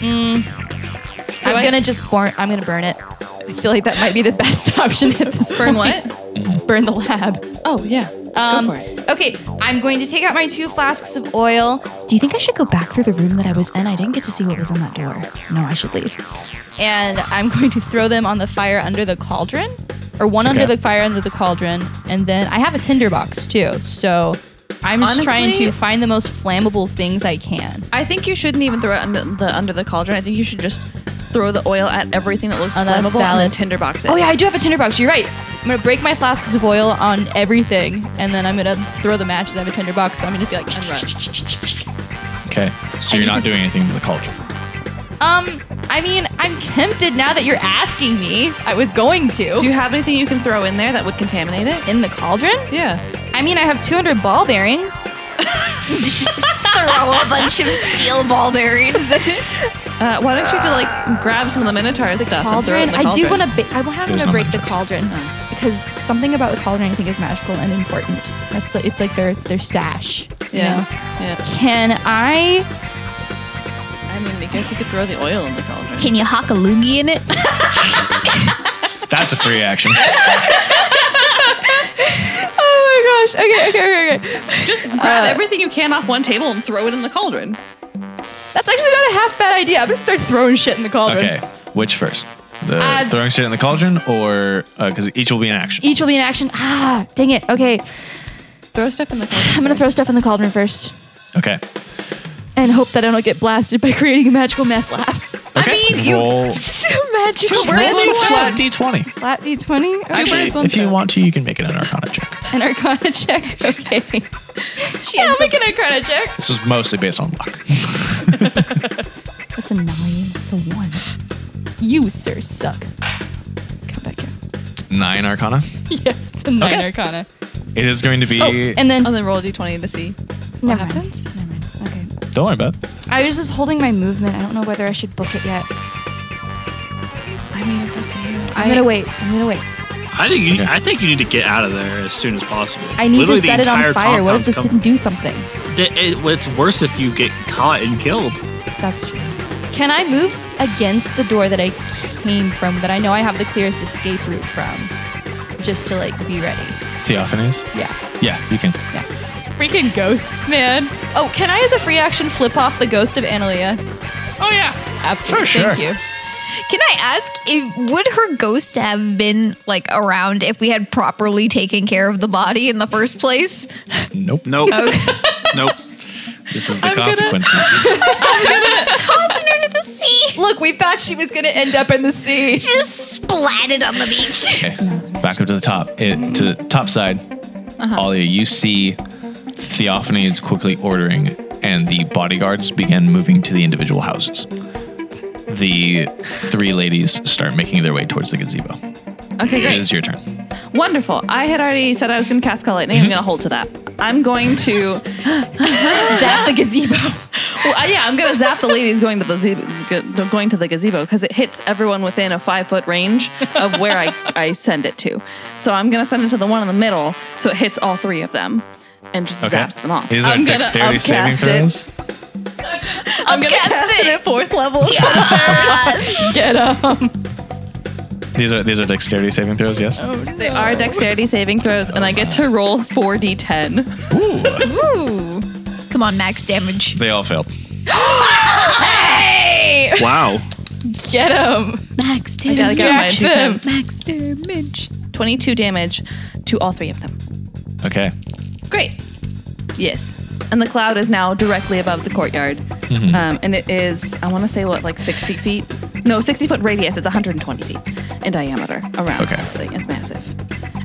Speaker 7: Mm. I'm gonna just burn. I'm gonna burn it. I feel like that might be the best option at this
Speaker 5: Burn
Speaker 7: point. Burn the lab.
Speaker 5: Oh yeah.
Speaker 7: Um, Okay, I'm going to take out my two flasks of oil Do you think I should go back through the room that I was in? I didn't get to see what was on that door. No, I should leave. and I'm going to throw them on the fire under the cauldron, or one under
Speaker 5: Okay.
Speaker 7: the fire under the cauldron, and then I have a tinderbox too. So I'm just trying
Speaker 5: Honestly-
Speaker 7: to find the most flammable things I can.
Speaker 5: I think you shouldn't even throw it under the under the cauldron. I think you should just throw the oil at everything that looks
Speaker 7: Oh, that's
Speaker 5: flammable and then
Speaker 7: valid.
Speaker 5: tinderbox it.
Speaker 7: Oh yeah, I do have a tinderbox. You're right. I'm gonna break my flasks of oil on everything, and then I'm gonna throw the matches. I have a tinderbox, so I'm gonna be like, and run.
Speaker 4: Okay, so
Speaker 7: I
Speaker 4: you're
Speaker 7: need
Speaker 4: not
Speaker 7: to
Speaker 4: doing anything to the culture.
Speaker 7: Um, I mean, I'm tempted now that you're asking me. I was going to.
Speaker 5: Do you have anything you can throw in there that would contaminate it?
Speaker 7: In the cauldron?
Speaker 5: Yeah.
Speaker 7: I mean, I have 200 ball bearings.
Speaker 9: Just throw a bunch of steel ball bearings.
Speaker 5: Uh, why don't you do, like grab some of the Minotaur stuff and throw it
Speaker 7: Cauldron.
Speaker 5: in
Speaker 7: Oh.
Speaker 5: the
Speaker 7: I do
Speaker 5: cauldron?
Speaker 7: want to. Ba- I want
Speaker 5: There's
Speaker 7: to
Speaker 5: no
Speaker 7: break the cauldron because something about the cauldron I think is magical and important. That's it's like their it's their stash. You
Speaker 5: Yeah.
Speaker 7: Know?
Speaker 5: Yeah.
Speaker 7: Can I?
Speaker 5: I mean, I guess you could throw the oil in the cauldron.
Speaker 9: Can you hock a loogie in it?
Speaker 4: That's a free action.
Speaker 7: oh my gosh. Okay. Okay. Okay. Okay.
Speaker 5: Just grab
Speaker 7: Uh,
Speaker 5: everything you can off one table and throw it in the cauldron.
Speaker 7: That's actually not a half bad idea. I'm gonna start throwing shit in the cauldron.
Speaker 4: Okay, which first? The
Speaker 7: Uh,
Speaker 4: throwing shit in the cauldron, or because each will be an action.
Speaker 7: Each will be an action. Ah, dang it. Okay.
Speaker 5: Throw stuff in the cauldron.
Speaker 7: I'm gonna throw stuff in the cauldron first
Speaker 4: Okay.
Speaker 7: and hope that I don't get blasted by creating a magical meth lab.
Speaker 4: Okay. Roll
Speaker 7: magical
Speaker 4: Just roll a flat d20.
Speaker 7: Flat d20. Okay.
Speaker 4: Actually, if you want to, you can make it an arcana check.
Speaker 7: An arcana check. Okay. yeah, I'll make an arcana check.
Speaker 4: This is mostly based on luck.
Speaker 7: That's a nine. It's a one. You, sir, suck.
Speaker 4: Nine arcana.
Speaker 7: Yes, it's a nine
Speaker 4: Okay. Oh,
Speaker 7: arcana.
Speaker 4: It is going to be.
Speaker 7: and then
Speaker 5: and then roll a d20 to see.
Speaker 7: Oh, What happens?
Speaker 4: Don't worry about it.
Speaker 7: I was just holding my movement. I don't know whether I should book it yet.
Speaker 5: I mean, it's up to you.
Speaker 7: I'm gonna wait. I'm gonna wait.
Speaker 8: I think you, I think you need to get out of there as soon as possible.
Speaker 7: I need to
Speaker 8: Literally the
Speaker 7: set it on
Speaker 8: entire
Speaker 7: fire. What if
Speaker 8: compound's
Speaker 7: this
Speaker 8: com-
Speaker 7: didn't do something?
Speaker 8: Th- it- it's worse if you get caught and killed.
Speaker 7: That's true. Can I move against the door that I came from that I know I have the clearest escape route from? Just to like be ready.
Speaker 4: Theophanies.
Speaker 7: Yeah.
Speaker 4: Yeah, you can.
Speaker 7: Freaking ghosts, man. Oh, can I as a free action flip off the ghost of Analia? Oh yeah. Absolutely.
Speaker 9: For
Speaker 7: Thank
Speaker 9: sure.
Speaker 7: you.
Speaker 9: Can I ask, if, would her ghost have been like around if we had properly taken care of the body in the first place?
Speaker 4: Nope.
Speaker 7: Oh,
Speaker 8: Nope. nope.
Speaker 4: This is the consequences.
Speaker 9: Just tossing her to the sea.
Speaker 7: Look, we thought she was gonna end up in the sea.
Speaker 9: Just splatted on the beach.
Speaker 4: Back up to the top. It, to the top side.
Speaker 5: Uh-huh.
Speaker 4: Alia, you see Theophany is quickly ordering, and the bodyguards begin moving to the individual houses. The three ladies start making their way towards the gazebo.
Speaker 5: Okay,
Speaker 4: It
Speaker 5: great.
Speaker 4: is your turn.
Speaker 5: Wonderful. I had already said I was going to cast Call Lightning. I'm going to hold to that. I'm going to
Speaker 7: zap the gazebo.
Speaker 5: well, uh, yeah, I'm going to zap the ladies going to the ze- go- going to the gazebo because it hits everyone within a five foot range of where I, I send it to. So I'm going to send it to the one in the middle, so it hits all three of them and just
Speaker 4: Okay.
Speaker 5: zaps them off.
Speaker 4: These are
Speaker 5: I'm gonna
Speaker 4: dexterity saving
Speaker 5: upcast it.
Speaker 4: throws.
Speaker 5: I'm going to cast it at fourth level.
Speaker 7: Get up.
Speaker 4: These are these are dexterity saving throws. Yes.
Speaker 5: They are dexterity saving throws, and I get to roll 4d10.
Speaker 9: Ooh. Come on, max damage.
Speaker 4: They all failed.
Speaker 7: hey!
Speaker 8: Wow.
Speaker 7: Get him.
Speaker 9: Max
Speaker 5: I gotta
Speaker 9: damage.
Speaker 5: get my
Speaker 7: Distract them.
Speaker 5: d10s.
Speaker 9: Max damage.
Speaker 5: 22 damage to all three of them.
Speaker 4: Okay.
Speaker 5: Great. Yes. And the cloud is now directly above the courtyard.
Speaker 12: Mhm.
Speaker 5: Um, and it is, I want to say, what, like 60 feet? No, 60 foot radius. It's 120 feet in diameter around
Speaker 12: Okay.
Speaker 5: this thing. It's massive.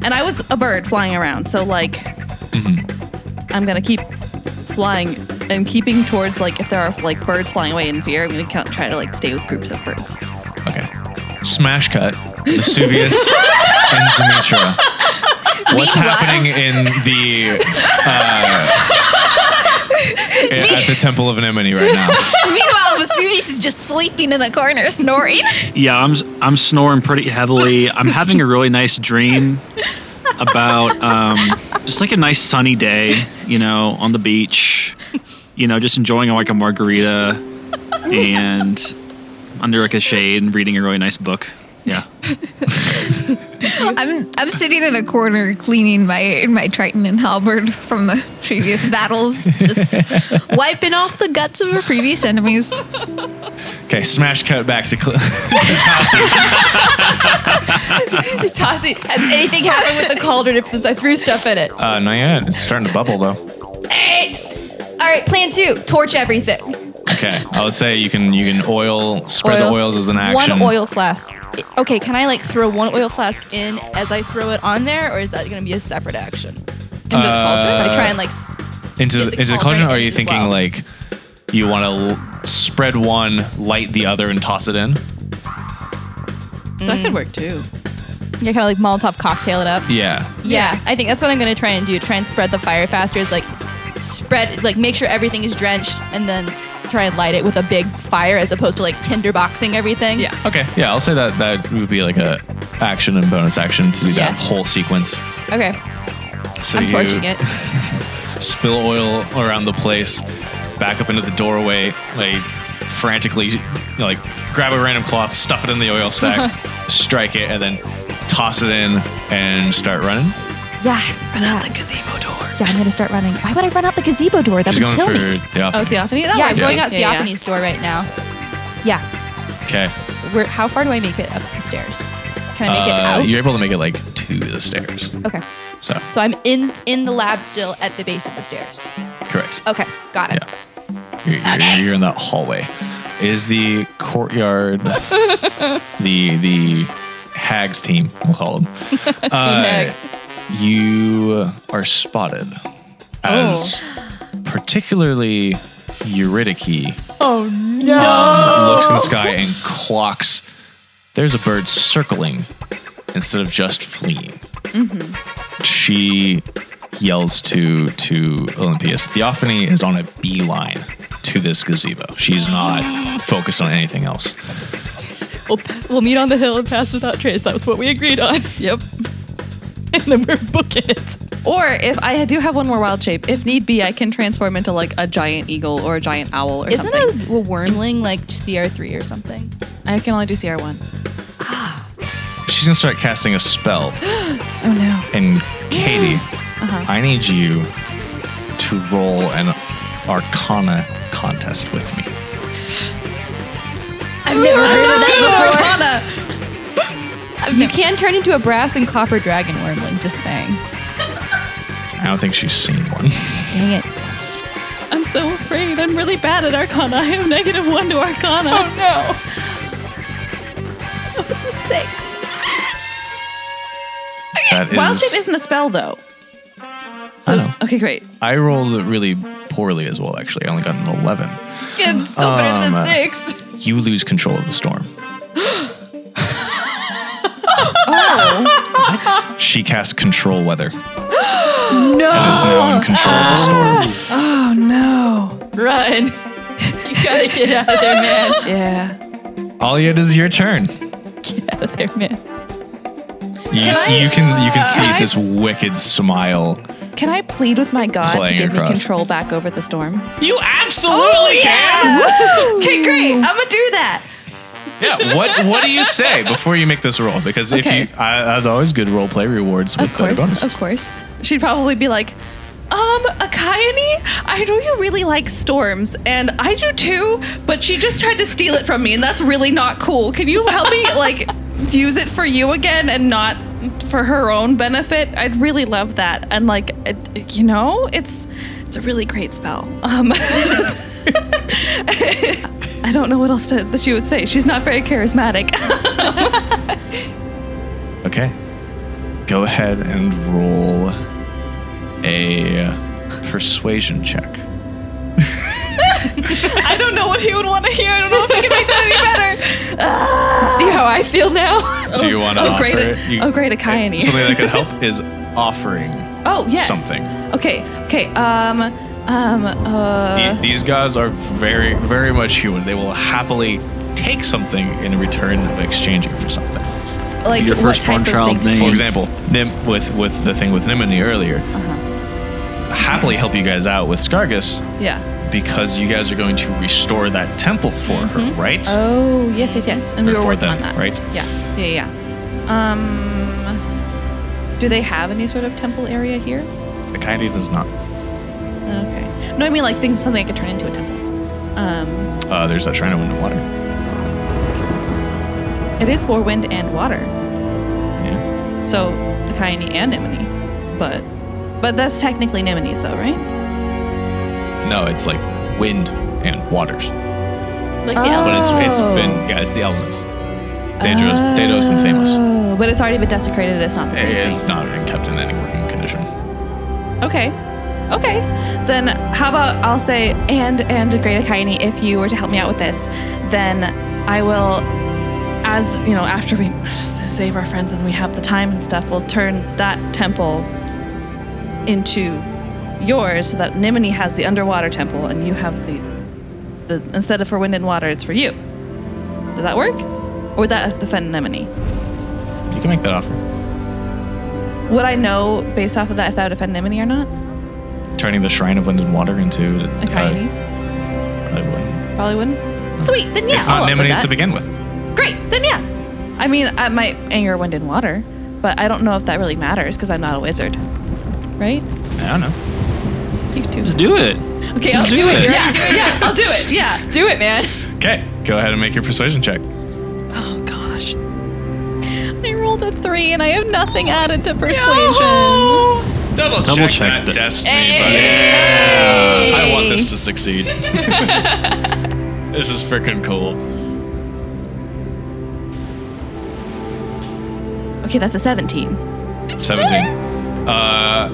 Speaker 5: And I was a bird flying around. So, like, I'm going to keep flying and keeping towards, like, if there are, like, birds flying away in fear, I'm going to try to, like, stay with groups of birds.
Speaker 4: Smash cut. Vesuvius and Demetra. What's
Speaker 12: Meanwhile-
Speaker 4: happening in the uh, at the Temple of Anemone right now?
Speaker 9: Meanwhile, Vesuvius is just sleeping in the corner, snoring.
Speaker 8: Yeah, I'm I'm snoring pretty heavily. I'm having a really nice dream about um, just like a nice sunny day, you know, on the beach, you know, just enjoying like a margarita and under like a shade and reading a really nice book. Yeah.
Speaker 9: I'm I'm sitting in a corner cleaning my my Triton and halberd from the previous battles, just wiping off the guts of our previous enemies.
Speaker 4: Okay, smash cut back to Cl-
Speaker 12: Tassi, has anything happened with the cauldron since I threw stuff in it?
Speaker 4: uh, not yet. It's starting to bubble though.
Speaker 12: Hey! All right, plan two: torch everything.
Speaker 4: Okay, I would say you can you can oil spread the oils as an action.
Speaker 7: One oil flask. I- Okay, can I like throw one oil flask in as I throw it on there, or is that going to be a separate action? Into the
Speaker 4: Uh,
Speaker 7: cauldron? If I try and like. s-
Speaker 4: into
Speaker 7: get
Speaker 4: the, into the cauldron, or are you thinking like you want to l- spread one, light the other, and toss it in?
Speaker 5: That could work too.
Speaker 7: Yeah, kind of like Molotov cocktail it up.
Speaker 4: Yeah.
Speaker 7: Yeah, I think that's what I'm going to try and do. Try and spread the fire faster. Is like spread, like make sure everything is drenched, and then try and light it with a big fire as opposed to like tinderboxing everything. Yeah.
Speaker 4: Okay. Yeah, I'll say that that would be like a action and bonus action to do
Speaker 7: Yeah.
Speaker 4: that whole sequence.
Speaker 7: Okay.
Speaker 4: So
Speaker 7: I'm
Speaker 4: you-
Speaker 7: torching it.
Speaker 4: Spill oil around the place, back up into the doorway, like frantically, you know, like grab a random cloth, stuff it in the oil sack, strike it, and then toss it in and start running.
Speaker 7: Yeah. Run out the gazebo door. Yeah, I'm gonna start running. Why would I run out the gazebo door? That
Speaker 4: She's
Speaker 7: would
Speaker 4: going
Speaker 7: kill
Speaker 4: for
Speaker 7: me.
Speaker 4: Theophany.
Speaker 7: Oh, Theophany.
Speaker 4: That
Speaker 7: yeah, I'm
Speaker 4: works.
Speaker 7: going
Speaker 4: Yeah.
Speaker 7: out
Speaker 4: Yeah, yeah.
Speaker 7: Theophany's door right now. Yeah.
Speaker 4: Okay.
Speaker 7: Where? How far do I make it up the stairs? Can I make
Speaker 4: Uh,
Speaker 7: it
Speaker 4: You're
Speaker 7: out?
Speaker 4: able to make it like to the stairs.
Speaker 7: Okay.
Speaker 4: So
Speaker 7: So I'm in in the lab still at the base of the stairs.
Speaker 4: correct.
Speaker 7: Okay, got it.
Speaker 4: You're, you're, you're in that hallway. Is the courtyard the the hags team? We'll call them.
Speaker 12: Team hag.
Speaker 4: You are spotted as particularly Eurydice
Speaker 12: Oh no!
Speaker 4: um, looks in the sky and clocks. There's a bird circling instead of just fleeing.
Speaker 12: Mm-hmm.
Speaker 4: She yells to to Olympias. Theophany is on a beeline to this gazebo. She's not focused on anything else.
Speaker 2: We'll, we'll meet on the hill and pass without trace. That's what we agreed on.
Speaker 5: Yep.
Speaker 2: And then we're booking it.
Speaker 5: Or if I do have one more wild shape, if need be, I can transform into like a giant eagle or a giant owl or
Speaker 7: Isn't
Speaker 5: something.
Speaker 7: a wormling like CR3 or something?
Speaker 5: I can only do CR1.
Speaker 4: She's gonna start casting a spell.
Speaker 5: oh no.
Speaker 4: And Katie,
Speaker 5: Uh-huh.
Speaker 4: I need you to roll an Arcana contest with me.
Speaker 7: I've
Speaker 12: never heard of that
Speaker 7: Oh, You can turn into a brass and copper dragon wormling. Just saying.
Speaker 4: I don't think she's seen one.
Speaker 7: Dang it.
Speaker 5: I'm so afraid. I'm really bad at Arcana. I have negative one to Arcana. Oh no. That was a six.
Speaker 4: That
Speaker 5: Wild
Speaker 4: is-
Speaker 5: shape isn't a spell though.
Speaker 4: I know.
Speaker 5: Okay, great.
Speaker 4: I rolled really poorly as well, actually. I only got an 11.
Speaker 12: It's
Speaker 4: still better than a Um,
Speaker 12: six.
Speaker 4: You lose control of the storm.
Speaker 12: oh.
Speaker 4: She casts control weather.
Speaker 12: What? no.
Speaker 4: And is now in control of the storm.
Speaker 12: Oh no! Run! You gotta get out of there, man.
Speaker 5: yeah.
Speaker 4: Alia, it is your turn.
Speaker 7: Get out of there, man.
Speaker 4: You,
Speaker 5: Can
Speaker 4: see,
Speaker 5: I,
Speaker 4: you can you can
Speaker 5: uh,
Speaker 4: see
Speaker 5: can I-
Speaker 4: this wicked smile.
Speaker 5: Can I plead with my god
Speaker 4: Playing
Speaker 5: to give
Speaker 4: across.
Speaker 5: me control back over the storm?
Speaker 4: You
Speaker 5: Oh,
Speaker 4: absolutely
Speaker 12: can.
Speaker 5: Okay, great. I'm gonna do that.
Speaker 4: Yeah. What what do you say before you make this roll? Because
Speaker 5: Okay.
Speaker 4: if you, I- as always, good role play rewards with
Speaker 5: Of
Speaker 4: better
Speaker 5: course,
Speaker 4: bonus.
Speaker 5: of course. She'd probably be like, um, Akayani, I know you really like storms, and I do too, but she just tried to steal it from me, and that's really not cool. Can you help me, like, use it for you again and not for her own benefit, I'd really love that. And like, it, you know, it's it's a really great spell. Um, I don't know what else to, that she would say. She's not very charismatic.
Speaker 4: Okay. Go ahead and roll a persuasion check.
Speaker 5: I don't know what he would want to hear. I don't know if I can make that any better. Ah.
Speaker 12: See how I feel now?
Speaker 4: Do you want to
Speaker 5: oh,
Speaker 4: offer
Speaker 5: great,
Speaker 4: it? You-
Speaker 5: oh, great, a Kyanee.
Speaker 4: Something that could help is offering
Speaker 5: Oh yes.
Speaker 4: something.
Speaker 5: Okay. Okay. Um. Um. Uh.
Speaker 4: The- These guys are very, very much human. They will happily take something in return of exchanging for something.
Speaker 5: Like
Speaker 8: Your
Speaker 5: what
Speaker 8: firstborn
Speaker 5: type
Speaker 8: child
Speaker 5: of thing?
Speaker 8: name.
Speaker 4: For example, Nim- with with the thing with Nimini earlier,
Speaker 5: Uh-huh.
Speaker 4: happily help you guys out with Scargus
Speaker 5: Yeah.
Speaker 4: because you guys are going to restore that temple for her, right?
Speaker 5: Oh yes, yes, yes. And we
Speaker 4: Or
Speaker 5: were
Speaker 4: for
Speaker 5: working
Speaker 4: them,
Speaker 5: on that.
Speaker 4: right?
Speaker 5: Yeah. Yeah. Yeah. Um. Do they have any sort of temple area here?
Speaker 4: The Kaidi does not.
Speaker 5: Okay. No, I mean like things something I could turn into a temple. Um.
Speaker 4: Uh, there's that shrine of wind and water.
Speaker 5: It is for wind and water.
Speaker 4: Yeah.
Speaker 5: So Akayani and Nimini. But but that's technically Nimini's though, right?
Speaker 4: No, it's like wind and waters.
Speaker 5: Like
Speaker 7: Um,
Speaker 4: But it's it's
Speaker 5: Oh.
Speaker 4: been yeah, it's the elements. Daedros, Daedros and Thamos.
Speaker 5: Oh, but it's already been desecrated. It's not the same thing.
Speaker 4: It's not been kept in any working condition.
Speaker 5: Okay. Okay. Then how about I'll say and and Great Akaini, if you were to help me out with this, then I will as you know, after we save our friends and we have the time and stuff, we'll turn that temple into yours so that Nimini has the underwater temple and you have the the instead of for wind and water, it's for you. Does that work? Or would that offend Nimini?
Speaker 4: You can make that offer.
Speaker 5: Would I know based off of that if that would offend Nimini or not?
Speaker 4: Turning the shrine of wind and water into uh,
Speaker 5: Akaini's?
Speaker 4: I wouldn't.
Speaker 5: Probably wouldn't. Sweet, then yeah.
Speaker 4: it's
Speaker 5: I'll
Speaker 4: not
Speaker 5: work with
Speaker 4: Nimini's
Speaker 5: that.
Speaker 4: to begin with.
Speaker 5: Great, then yeah. I mean, I might anger wind and water, but I don't know if that really matters because I'm not a wizard, right?
Speaker 4: I don't know.
Speaker 5: You too.
Speaker 8: Just do it.
Speaker 5: Okay,
Speaker 8: Just
Speaker 5: I'll
Speaker 8: do it.
Speaker 5: Yeah, yeah, I'll do it. Yeah.
Speaker 12: Do it, man.
Speaker 4: Okay, go ahead and make your persuasion check.
Speaker 5: Oh gosh. I rolled a three and I have nothing added to persuasion.
Speaker 4: Double,
Speaker 8: Double
Speaker 4: check,
Speaker 8: check
Speaker 4: that
Speaker 8: the-
Speaker 4: destiny, buddy. Yeah. I want this to succeed. this is freaking cool.
Speaker 5: Okay, that's a 17.
Speaker 4: 17 uh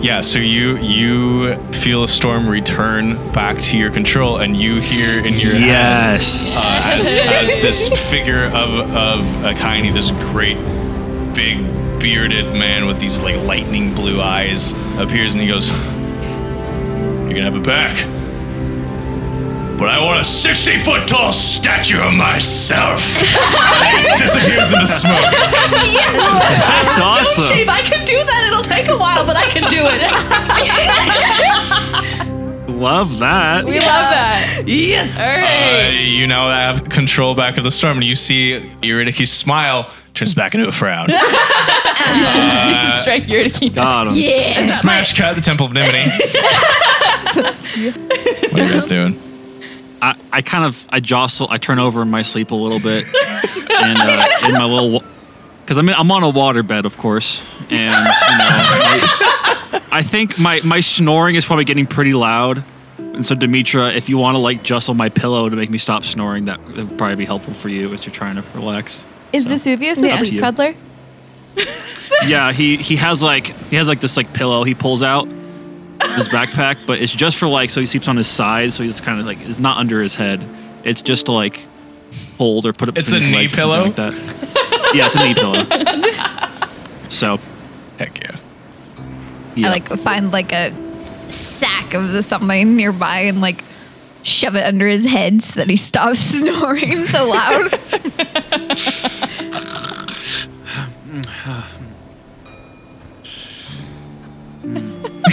Speaker 4: yeah so you you feel a storm return back to your control and you hear in your head
Speaker 8: Yes.
Speaker 4: uh, as, as this uh, figure of of Akaini, this great big bearded man with these like lightning blue eyes appears and he goes you're gonna have it back but I want a 60 foot tall statue of myself. disappears into smoke.
Speaker 8: That's awesome.
Speaker 5: I can do that. It'll take a while, but I can do it.
Speaker 8: Love that.
Speaker 12: We love that.
Speaker 5: yes.
Speaker 4: Uh, you now have control back of the storm, and you see Eurydice's smile turns back into a frown.
Speaker 12: Strike your key.
Speaker 8: Got 'em.
Speaker 13: Yeah.
Speaker 4: Smash cut the Temple of Nimini. what are you guys doing?
Speaker 8: I, I kind of I jostle, I turn over in my sleep a little bit, and uh, in my little, because I'm in, I'm on a waterbed, of course, and you know, I, I think my my snoring is probably getting pretty loud, and so Demetra, if you want to like jostle my pillow to make me stop snoring, that that would probably be helpful for you as you're trying to relax.
Speaker 7: Is Vesuvius a
Speaker 8: Up to
Speaker 7: sleep
Speaker 8: you.
Speaker 7: cuddler?
Speaker 8: Yeah, he he has like he has like this like pillow he pulls out of his backpack, but it's just for like so he sleeps on his side, so he's kind of like it's not under his head. It's just to like hold or put up.
Speaker 4: It's
Speaker 8: between
Speaker 4: a
Speaker 8: his
Speaker 4: knee
Speaker 8: legs or
Speaker 4: pillow?
Speaker 8: something like that. yeah, it's a knee pillow. So
Speaker 4: Heck yeah.
Speaker 8: yeah.
Speaker 9: I like find like a sack of the something nearby and like shove it under his head so that he stops snoring so loud.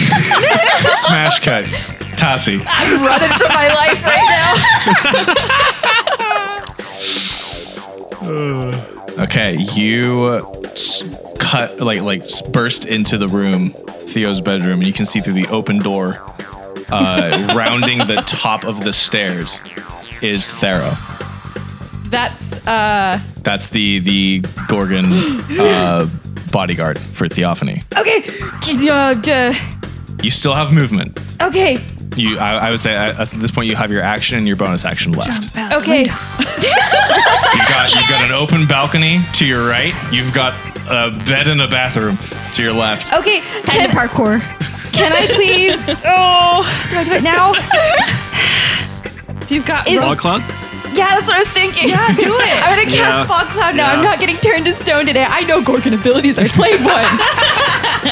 Speaker 4: Smash cut. Tassi.
Speaker 12: I'm running for my life right now.
Speaker 4: Okay, you uh, s- cut like like s- burst into the room, Theo's bedroom, and you can see through the open door, uh, rounding the top of the stairs, is Thero.
Speaker 12: That's uh
Speaker 4: That's the the Gorgon uh, bodyguard for Theophany.
Speaker 12: okay. Uh,
Speaker 4: You still have movement.
Speaker 12: okay.
Speaker 4: You, I, I would say at, at this point you have your action and your bonus action left.
Speaker 12: Okay.
Speaker 4: You've got you've got an open balcony to your right. You've got a bed and a bathroom to your left.
Speaker 12: Okay.
Speaker 9: Time to parkour.
Speaker 7: Can I please?
Speaker 12: Oh, do I do it now? You've got
Speaker 8: Is- cloud?
Speaker 12: Yeah, that's what I was thinking. Yeah, do it. I'm gonna
Speaker 8: Yeah.
Speaker 12: cast fog cloud now. I'm
Speaker 8: Yeah.
Speaker 12: not getting turned to stone today. I know Gorgon abilities. I played one.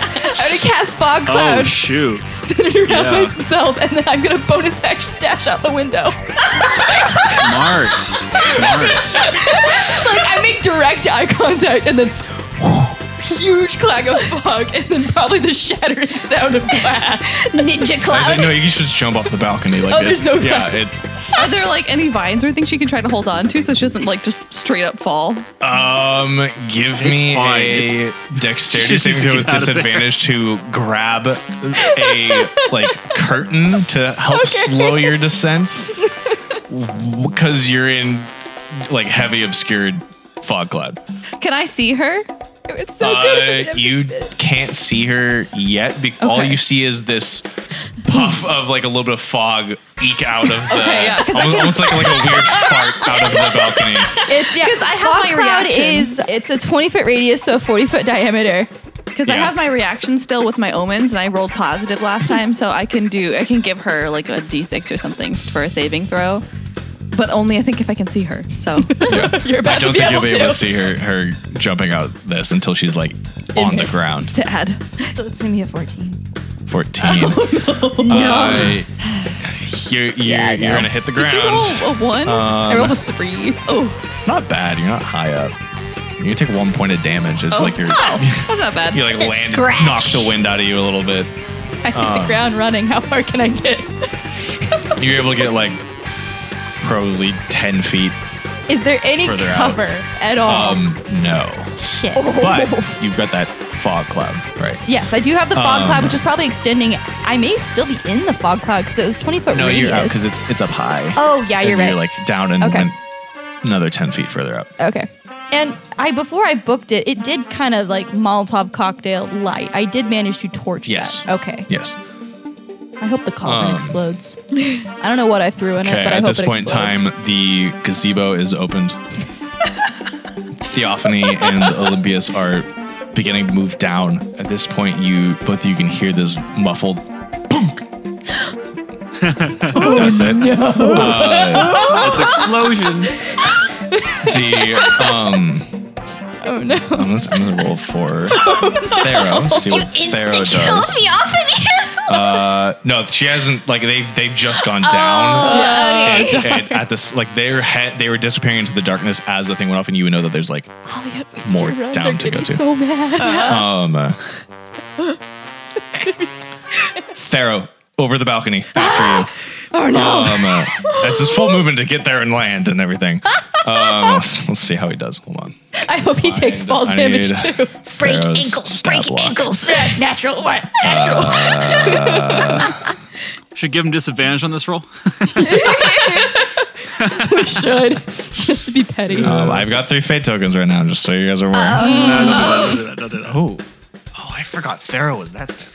Speaker 12: I'm gonna cast fog cloud.
Speaker 8: Oh shoot!
Speaker 12: sit it around
Speaker 8: Yeah.
Speaker 12: myself, and then I'm gonna bonus action dash out the window.
Speaker 8: Smart, smart.
Speaker 12: like I make direct eye contact, and then huge clang of fog, and then probably the shattering sound of glass.
Speaker 9: Ninja
Speaker 4: I said,
Speaker 9: cloud.
Speaker 4: no, you should just jump off the balcony like
Speaker 12: Oh,
Speaker 4: this.
Speaker 12: there's no
Speaker 4: yeah, it's
Speaker 5: Are there like any vines or things she can try to hold on to so she doesn't like just straight up fall?
Speaker 4: um. Give
Speaker 8: It's
Speaker 4: me
Speaker 8: fine.
Speaker 4: a dexterity
Speaker 8: Just
Speaker 4: saving
Speaker 8: to
Speaker 4: throw with
Speaker 8: get out of there.
Speaker 4: disadvantage to grab a like curtain to help slow your descent because you're in like heavy obscured fog cloud.
Speaker 5: Can I see her?
Speaker 12: It was so good.
Speaker 4: Uh, you can't see her yet. Be- All
Speaker 5: Okay.
Speaker 4: you see is this puff of like a little bit of fog eke out of the
Speaker 5: Okay, yeah, 'cause I
Speaker 4: almost,
Speaker 5: can-
Speaker 4: almost like like a weird fart out of the balcony.
Speaker 7: It's yeah. Because
Speaker 5: I have my reaction.
Speaker 7: Is it's a twenty foot radius, so a forty foot diameter.
Speaker 5: Because I
Speaker 4: Yeah.
Speaker 5: have my reaction still with my omens and I rolled positive last time, so I can do I can give her like a d6 or something for a saving throw. But only I think if I can see her. So
Speaker 12: You're
Speaker 4: I
Speaker 12: about to
Speaker 4: don't
Speaker 12: be
Speaker 4: think you'll
Speaker 12: able
Speaker 4: be
Speaker 12: to.
Speaker 4: able to see her her jumping out this until she's like on the ground.
Speaker 5: sad.
Speaker 7: It's gonna be a fourteen.
Speaker 4: Fourteen.
Speaker 5: Oh,
Speaker 4: no. you're you're, you're gonna hit the ground.
Speaker 5: A one?
Speaker 4: Um,
Speaker 5: I rolled a three. Oh,
Speaker 4: It's not bad. You're not high up. You take one point of damage.
Speaker 5: Oh,
Speaker 4: It's like you're
Speaker 5: that's not bad.
Speaker 4: you like
Speaker 9: It's a
Speaker 4: land
Speaker 9: scratch.
Speaker 4: knock the wind out of you a little bit.
Speaker 7: I hit
Speaker 4: Uh.
Speaker 7: the ground running. How far can I get?
Speaker 4: You're able to get like probably ten feet.
Speaker 7: Is there any
Speaker 4: Further out.
Speaker 7: cover at all?
Speaker 4: Um, no.
Speaker 7: Shit.
Speaker 4: But you've got that fog cloud, right?
Speaker 7: Yes, I do have the fog
Speaker 4: Um,
Speaker 7: cloud, which is probably extending. I may still be in the fog cloud because it was twenty foot
Speaker 4: No,
Speaker 7: radius.
Speaker 4: you're out because it's it's up high.
Speaker 7: oh yeah,
Speaker 4: And
Speaker 7: you're right.
Speaker 4: You're like down and
Speaker 7: Okay.
Speaker 4: went another ten feet further up.
Speaker 7: Okay. And I before I booked it, it did kind of like Molotov cocktail light. I did manage to torch
Speaker 4: Yes.
Speaker 7: that. Okay.
Speaker 4: Yes.
Speaker 7: I hope the cauldron
Speaker 4: Um,
Speaker 7: explodes. I don't know what I threw in
Speaker 4: Okay.
Speaker 7: it, but I
Speaker 4: At
Speaker 7: hope
Speaker 4: this
Speaker 7: it
Speaker 4: point in
Speaker 7: explodes.
Speaker 4: time, the gazebo is opened. Theophany and Olympias are beginning to move down. At this point, you both of you can hear this muffled punk. That's it.
Speaker 8: That's explosion.
Speaker 4: the um. Oh no! Oh, I'm gonna, I'm gonna roll for Thero. See what Thero
Speaker 9: Insta kill
Speaker 4: does.
Speaker 9: me off of
Speaker 4: Uh, no, she hasn't. Like they they've just gone down. And, and at this, like their head, they were disappearing into the darkness as the thing went off, and you would know that there's like more down to go to. So mad. Um. uh, Thero over the balcony after you.
Speaker 12: Oh no!
Speaker 4: Um, uh, that's his full movement to get there and land and everything. Um, let's, let's see how he does. Hold on.
Speaker 12: I hope he takes
Speaker 4: I-
Speaker 12: fall
Speaker 4: I
Speaker 12: damage
Speaker 4: need-
Speaker 12: too.
Speaker 9: Break
Speaker 4: Pharaoh's
Speaker 9: ankles.
Speaker 4: stab
Speaker 9: Break
Speaker 4: block.
Speaker 9: ankles.
Speaker 12: Natural one.
Speaker 8: Should give him disadvantage on this roll.
Speaker 12: We should just to be petty.
Speaker 4: Um, I've got three fate tokens right now, just so you guys are aware.
Speaker 8: No, don't do that, don't do that, don't do that.
Speaker 4: oh. Oh, I forgot Thero was that step.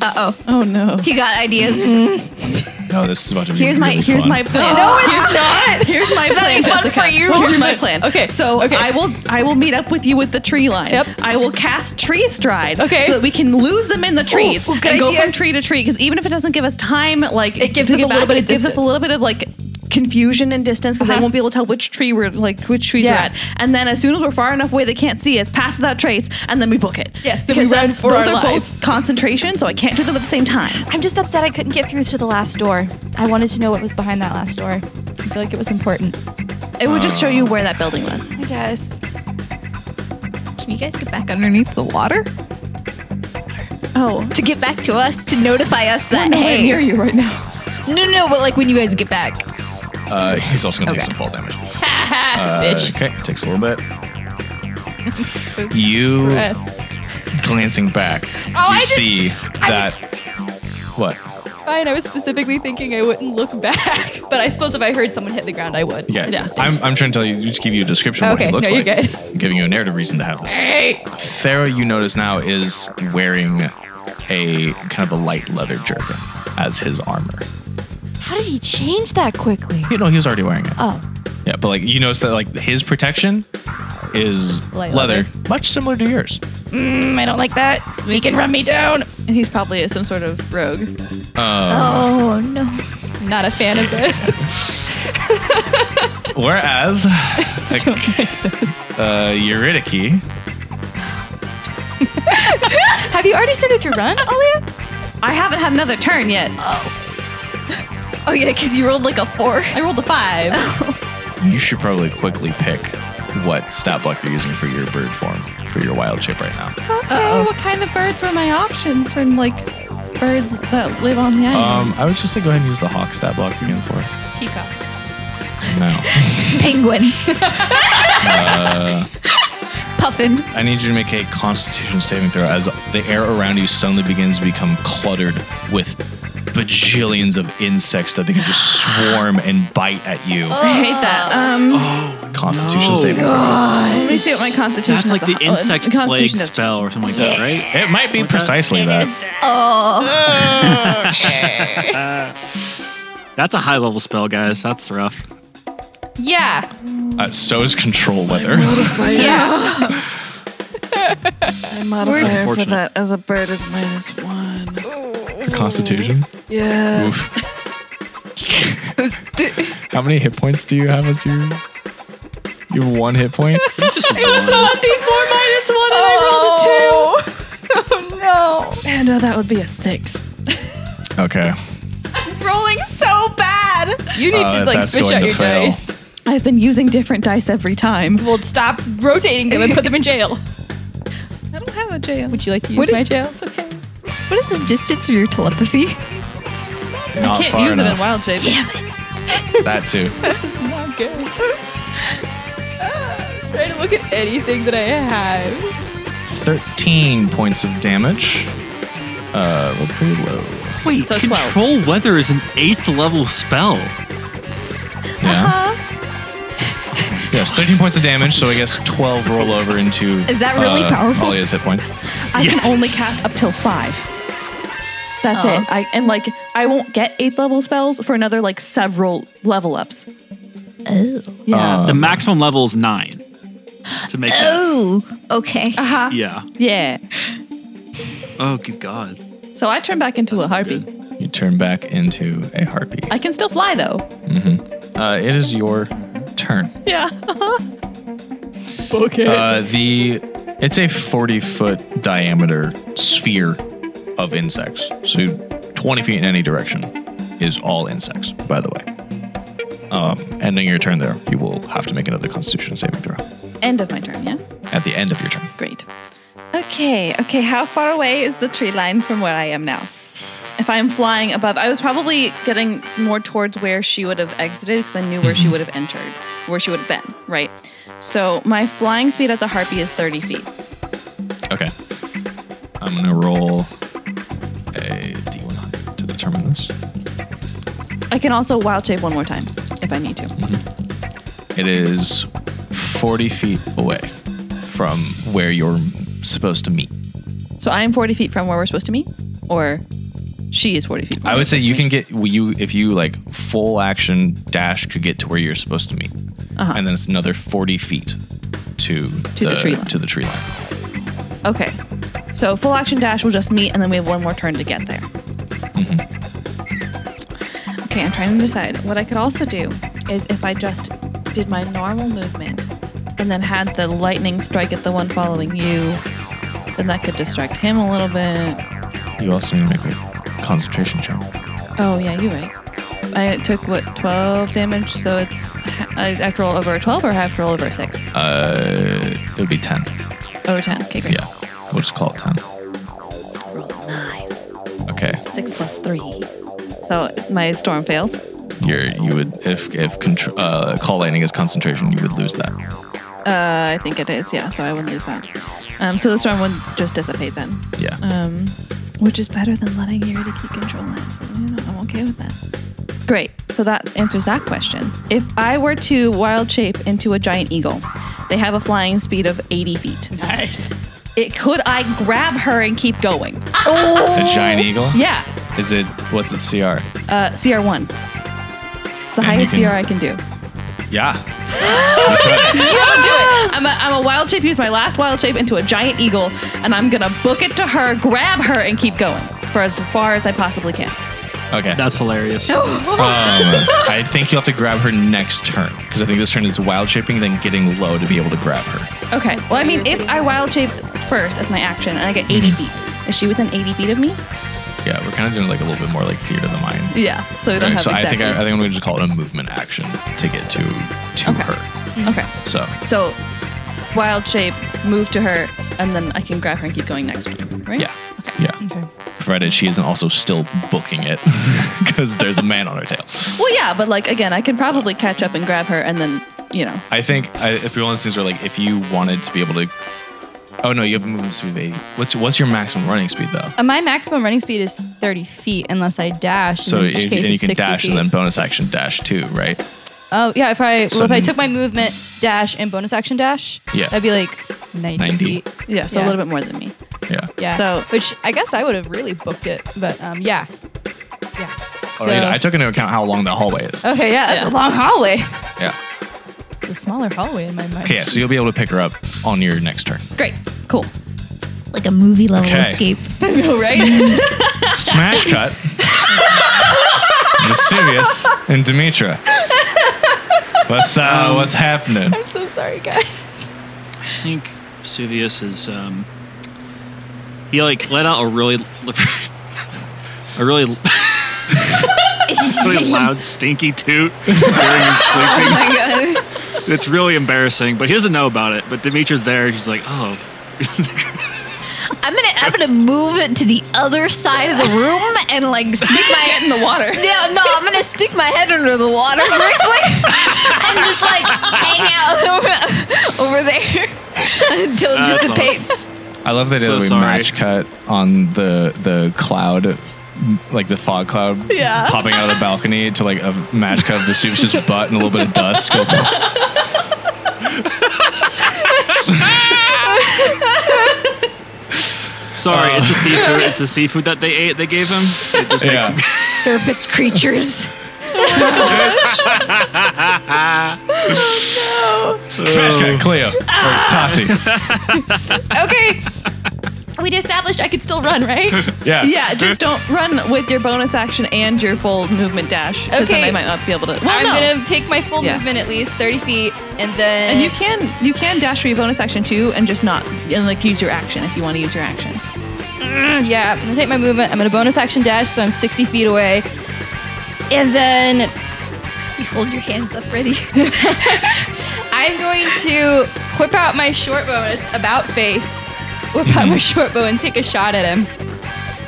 Speaker 9: Uh oh.
Speaker 5: Oh no.
Speaker 9: He got ideas.
Speaker 4: No, this is about to be
Speaker 5: Here's my
Speaker 4: really
Speaker 5: here's
Speaker 4: fun.
Speaker 5: my plan. no, it's not. Here's my plan.
Speaker 9: be fun
Speaker 5: Jessica.
Speaker 9: for you.
Speaker 5: Here's my plan. Okay, so I will I will meet up with you with the tree line. Yep. I will cast tree stride.
Speaker 12: Okay.
Speaker 5: so that we can lose them in the trees
Speaker 9: ooh,
Speaker 5: and
Speaker 9: good
Speaker 5: go
Speaker 9: idea.
Speaker 5: from tree to tree. Because even if it doesn't give us time, like it
Speaker 12: gives us a little bit of
Speaker 5: it gives us a
Speaker 12: distance.
Speaker 5: little bit of like confusion and distance because they won't be able to tell which tree we're like which trees
Speaker 12: Yeah.
Speaker 5: we're at. And then as soon as we're far enough away, they can't see us. Pass without trace, and then we book it.
Speaker 12: Yes, then
Speaker 5: Because
Speaker 12: we run
Speaker 5: that's-
Speaker 12: for
Speaker 5: those
Speaker 12: our
Speaker 5: are
Speaker 12: lives.
Speaker 5: both concentration, so I can't do them at the same time.
Speaker 7: I'm just upset I couldn't get through to the last door. I wanted to know what was behind that last door. I feel like it was important.
Speaker 5: It would just show you where that building was.
Speaker 7: I guess.
Speaker 9: Can you guys get back underneath the water?
Speaker 5: Oh,
Speaker 9: To get back to us, to notify us that,
Speaker 12: I'm
Speaker 9: hey.
Speaker 12: near you right now.
Speaker 9: No, no, no, but like when you guys get back.
Speaker 4: Uh, he's also gonna
Speaker 9: Okay.
Speaker 4: take some fall damage. uh, bitch. Okay, takes a little bit. you glancing back, do you see that? What?
Speaker 7: fine. I was specifically thinking I wouldn't look back, but I suppose if I heard someone hit the ground, I would.
Speaker 4: Yeah,
Speaker 7: yeah.
Speaker 4: I'm, I'm trying to tell you, just give you a description of
Speaker 7: Okay,
Speaker 4: what he looks
Speaker 7: no,
Speaker 4: like.
Speaker 7: you're
Speaker 4: I'm giving you a narrative reason to have this. Thera, you notice now, is wearing a kind of a light leather jerkin as his armor.
Speaker 1: How did he change that quickly?
Speaker 4: You know, he was already wearing it.
Speaker 1: Oh,
Speaker 4: Yeah, but like you notice that like his protection is
Speaker 1: Light
Speaker 4: leather, much similar to yours.
Speaker 1: mm, I don't like that. He can run me down.
Speaker 5: And he's probably some sort of rogue.
Speaker 4: Uh,
Speaker 9: Oh no.
Speaker 7: Not a fan of this.
Speaker 4: Whereas, like, uh, Eurydice,
Speaker 1: Have you already started your run, Alia?
Speaker 14: I haven't had another turn yet.
Speaker 9: Oh yeah, because you rolled like a four. I
Speaker 7: rolled a five.
Speaker 4: you should probably quickly pick what stat block you're using for your bird form for your wild shape right now.
Speaker 5: Okay, what kind of birds were my options from like birds that live on the island?
Speaker 4: Um, I would just say go ahead and use the hawk stat block again for it.
Speaker 8: Uh,
Speaker 7: Peacock.
Speaker 4: No.
Speaker 9: Penguin.
Speaker 4: Uh,
Speaker 9: Puffin.
Speaker 4: I need you to make a constitution saving throw as the air around you suddenly begins to become cluttered with bajillions of insects that begin to swarm and bite at you.
Speaker 5: Oh,
Speaker 14: I hate that. Um,
Speaker 4: Constitution
Speaker 8: no.
Speaker 4: saving throw.
Speaker 7: Um,
Speaker 14: let me see what my constitution
Speaker 8: That's
Speaker 14: is.
Speaker 8: like the
Speaker 14: Oh,
Speaker 8: insect plague
Speaker 14: constitution is-
Speaker 8: spell or something like that, right?
Speaker 4: It might be
Speaker 8: Okay.
Speaker 4: precisely that.
Speaker 9: Oh.
Speaker 8: That's a high level spell, guys. That's rough.
Speaker 7: Yeah.
Speaker 4: Uh, so is control weather.
Speaker 14: Yeah.
Speaker 5: My modifier for
Speaker 4: Unfortunate.
Speaker 5: that as a bird is minus one.
Speaker 4: constitution.
Speaker 5: Yes.
Speaker 4: How many hit points do you have as your? You have one hit point.
Speaker 8: You just
Speaker 7: It was
Speaker 8: roll.
Speaker 7: a D4 minus one, and I rolled a two. Oh
Speaker 5: And uh, that would be a six.
Speaker 4: Okay.
Speaker 7: no! Rolling so bad. You need
Speaker 4: Uh,
Speaker 7: to like
Speaker 4: that's
Speaker 7: switch
Speaker 4: going
Speaker 7: out
Speaker 4: to
Speaker 7: your
Speaker 4: fail.
Speaker 7: dice.
Speaker 5: I've been using different dice every time.
Speaker 7: Well, stop rotating them and put them in jail.
Speaker 5: I don't have a jail.
Speaker 7: Would you like to use
Speaker 9: What
Speaker 7: my
Speaker 9: if-
Speaker 7: jail? It's okay.
Speaker 9: what is the distance of your telepathy?
Speaker 4: Not
Speaker 5: Can't
Speaker 4: far
Speaker 5: use it in
Speaker 4: enough.
Speaker 5: wild shape.
Speaker 4: That too.
Speaker 7: Not good. Trying to look at anything that I have.
Speaker 4: Thirteen points of damage. Uh, well, pretty low.
Speaker 8: Wait,
Speaker 7: So 12.
Speaker 8: control weather is an eighth level spell.
Speaker 4: Yeah.
Speaker 7: Uh-huh.
Speaker 4: Yes, 13 points of damage, so I guess 12 roll over into.
Speaker 9: Is that really powerful?
Speaker 4: Alia's hit points.
Speaker 5: I can only cast up till five. That's it. I and like I won't get eighth level spells for another like several level ups.
Speaker 7: Oh.
Speaker 5: Yeah.
Speaker 8: the maximum level is nine. To make that.
Speaker 9: Oh. Okay.
Speaker 8: Yeah.
Speaker 5: Yeah.
Speaker 8: Oh, good God.
Speaker 5: So I turn back into a harpy.
Speaker 4: You turn back into a harpy.
Speaker 5: I can still fly though.
Speaker 4: Uh, it is your turn.
Speaker 5: Yeah.
Speaker 4: Uh, the it's a 40 foot diameter sphere of insects. So 20 feet in any direction is all insects. By the way, um, ending your turn there, you will have to make another Constitution saving throw
Speaker 5: End of my turn. Yeah.
Speaker 4: at the end of your turn.
Speaker 5: Great. Okay. Okay. How far away is the tree line from where I am now? If I'm flying above, I was probably getting more towards where she would have exited because I knew where she would have entered, where she would have been, right? So my flying speed as a harpy is 30 feet.
Speaker 4: Okay, I'm gonna roll a d100 to determine this.
Speaker 5: I can also wild shape one more time if I need to.
Speaker 4: It is 40 feet away from where you're supposed to meet.
Speaker 5: So I am 40 feet from where we're supposed to meet, or she is 40 feet. from
Speaker 4: I
Speaker 5: where
Speaker 4: would say
Speaker 5: we're
Speaker 4: you
Speaker 5: supposed
Speaker 4: can get you if you like full action dash could get to where you're supposed to meet,
Speaker 7: Uh-huh.
Speaker 4: and then it's another 40 feet to,
Speaker 5: To the tree line.
Speaker 4: to the tree line.
Speaker 5: to meet. Okay. So full action dash will just meet, and then we have one more turn to get there. Okay, I'm trying to decide. What I could also do is if I just did my normal movement and then had the lightning strike at the one following you, then that could distract him a little bit.
Speaker 4: You also need to make a concentration check.
Speaker 5: Oh, yeah, you're right. I took what 12 damage, so it's ha- I have to roll over a 12 or I have to roll over a 6?
Speaker 4: Uh, it would be 10.
Speaker 5: Over 10. Okay, great.
Speaker 4: Yeah, we'll just call it 10. Okay,
Speaker 5: 6 plus 3. So my storm fails.
Speaker 4: you're you would if if contr- uh, call lightning is concentration, you would lose that.
Speaker 5: Uh, I think it is, yeah, so I wouldn't lose that. Um, so the storm would just dissipate then.
Speaker 4: Yeah.
Speaker 5: Um, Which is better than letting Yuri keep control lines. So, you know, I'm okay with that. Great. So that answers that question. If I were to wild shape into a giant eagle, they have a flying speed of 80 feet. Nice. It could I grab her and keep going?
Speaker 7: Um,
Speaker 4: A giant eagle?
Speaker 5: Yeah.
Speaker 4: Is it, what's its CR?
Speaker 5: Uh, CR1. It's
Speaker 4: And you
Speaker 5: the highest
Speaker 4: can-
Speaker 5: CR I can do.
Speaker 4: Yeah.
Speaker 5: I'm gonna do it. I'm a, I'm a wild shape. Use my last wild shape into a giant eagle, and I'm gonna book it to her, grab her, and keep going for as far as I possibly can.
Speaker 4: Okay.
Speaker 8: That's hilarious.
Speaker 4: Um, I think you'll have to grab her next turn because I think this turn is wild shaping, then getting low to be able to grab her.
Speaker 5: Okay. Well, I mean, if I wild shape first as my action, and I get 80 feet, is she within 80 feet of me?
Speaker 4: Yeah, we're kind of doing like a little bit more like theater of the mind.
Speaker 7: Uh-huh,
Speaker 5: Yeah. So we don't
Speaker 4: Right,
Speaker 5: have
Speaker 4: so I
Speaker 5: exactly.
Speaker 4: think I, I think I'm going to just call it a movement action to get to to her.
Speaker 5: okay.
Speaker 4: So
Speaker 5: So, wild shape, move to her, and then I can grab her and keep going next one, right?
Speaker 4: Yeah. yeah, provided she isn't also still booking it because there's a man on her tail.
Speaker 5: Well, yeah, but like again, I can probably catch up and grab her, and then you know.
Speaker 4: I think I, if you're one of those things where like if you wanted to be able to, oh no, you have a movement speed of 80. What's what's your maximum running speed though?
Speaker 5: Um,
Speaker 7: Uh, my maximum running speed is 30 feet unless I dash.
Speaker 4: So
Speaker 7: in which
Speaker 4: if-
Speaker 7: case
Speaker 4: and you
Speaker 7: it's
Speaker 4: can
Speaker 7: 60
Speaker 4: dash
Speaker 7: feet.
Speaker 4: and then bonus action dash too, right?
Speaker 7: Oh yeah, if I
Speaker 4: So
Speaker 7: well, if I
Speaker 4: n-
Speaker 7: took my movement dash and bonus action dash,
Speaker 4: Yeah.
Speaker 7: that'd be like 90,
Speaker 4: 90.
Speaker 7: feet.
Speaker 5: Yeah, so a little bit more than me.
Speaker 4: Yeah.
Speaker 7: Yeah.
Speaker 5: So-
Speaker 7: So which I guess I would have really booked it, but um yeah. Yeah.
Speaker 4: All right, Oh, I took into account how long that hallway is.
Speaker 7: Okay, yeah, that's a long hallway.
Speaker 4: Yeah.
Speaker 7: It's a smaller hallway in my mind.
Speaker 4: Okay, yeah, so you'll be able to pick her up on your next turn.
Speaker 5: Great. Cool.
Speaker 9: Like a movie level
Speaker 4: Okay.
Speaker 9: escape.
Speaker 5: I know, right?
Speaker 4: Smash cut. Vesuvius and Demetra. What's uh, what's happening?
Speaker 7: I'm so sorry, guys.
Speaker 8: I think Vesuvius is um he like let out a really a really really loud stinky toot during his
Speaker 15: Oh
Speaker 8: sleeping.
Speaker 15: my god.
Speaker 8: It's really embarrassing, but he doesn't know about it. But Demetra's there. She's like, oh,
Speaker 9: I'm gonna I'm gonna move it to the other side of the room and like stick my
Speaker 5: Get in the water.
Speaker 9: No, no, I'm gonna stick my head under the water briefly and just like hang out over, over there until it
Speaker 4: That's awesome.
Speaker 9: dissipates.
Speaker 4: I love the idea
Speaker 8: So
Speaker 4: that we
Speaker 8: sorry.
Speaker 4: match cut on the the cloud, like the fog cloud
Speaker 9: Yeah.
Speaker 4: popping out of the balcony to like a match cut of Vesuvius' butt and a little bit of dust. Go-
Speaker 8: sorry, it's the
Speaker 15: Uh.
Speaker 8: seafood. It's the seafood that they ate. They gave him. It just makes him.
Speaker 9: Surface creatures.
Speaker 4: Smash cut, Cleo. Or Tossie.
Speaker 7: okay. We established I could still run, right?
Speaker 4: Yeah.
Speaker 5: Yeah, just don't run with your bonus action and your full movement dash. Because
Speaker 7: Okay.
Speaker 5: then I might not be able to. Well,
Speaker 7: I'm
Speaker 5: no.
Speaker 7: gonna take my full
Speaker 5: Yeah.
Speaker 7: movement at least 30 feet and then
Speaker 5: And you can you can dash for your bonus action too, and just not and like use your action if you want to use your action.
Speaker 7: Mm, yeah, I'm gonna take my movement. I'm gonna bonus action dash, so I'm 60 feet away. And then
Speaker 9: You hold your hands up ready.
Speaker 7: I'm going to whip out my short bow. and It's about face. Whip out my short bow and take a shot at him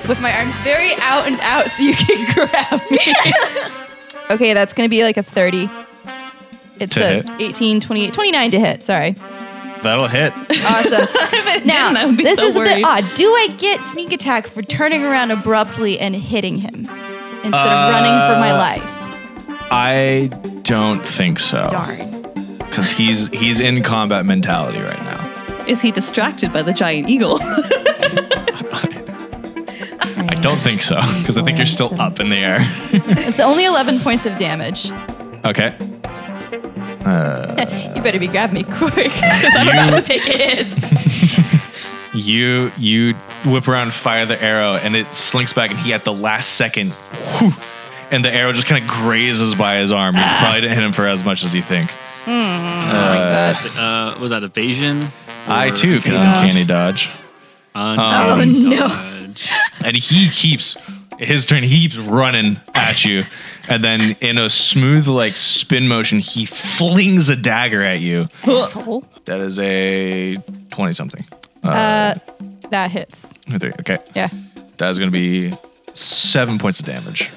Speaker 7: with my arms very out and out, so you can grab me. okay, that's gonna be like a 30. It's
Speaker 4: To
Speaker 7: a
Speaker 4: hit.
Speaker 7: 18, 28, 29 to hit. Sorry.
Speaker 4: That'll hit.
Speaker 7: Awesome. now
Speaker 5: didn't, I would be
Speaker 7: this
Speaker 5: so
Speaker 7: is a
Speaker 5: worried.
Speaker 7: bit odd. Do I get sneak attack for turning around abruptly and hitting him instead of running for my
Speaker 4: Uh,
Speaker 7: life?
Speaker 4: I don't think so.
Speaker 7: Darn.
Speaker 4: Because he's he's in combat mentality right now.
Speaker 5: Is he distracted by the giant eagle?
Speaker 4: I don't think so. Because I think you're still up in the air.
Speaker 7: it's only 11 points of damage.
Speaker 4: Okay. Uh,
Speaker 7: you better be grabbing me quick 'cause I'm about to take a hit.
Speaker 4: you you whip around, fire the arrow, and it slinks back, and he at the last second, whew, and the arrow just kind of grazes by his arm. You probably didn't hit him for as much as you think. Uh,
Speaker 8: Uh, was that evasion?
Speaker 4: I too can
Speaker 8: Yeah.
Speaker 4: uncanny dodge.
Speaker 8: Uh,
Speaker 4: Um,
Speaker 9: no.
Speaker 4: and he keeps his turn he keeps running at you and then in a smooth like spin motion he flings a dagger at you that is a 20 something
Speaker 7: Uh, that hits.
Speaker 4: Three, okay
Speaker 7: Yeah.
Speaker 4: that is going to be seven points of damage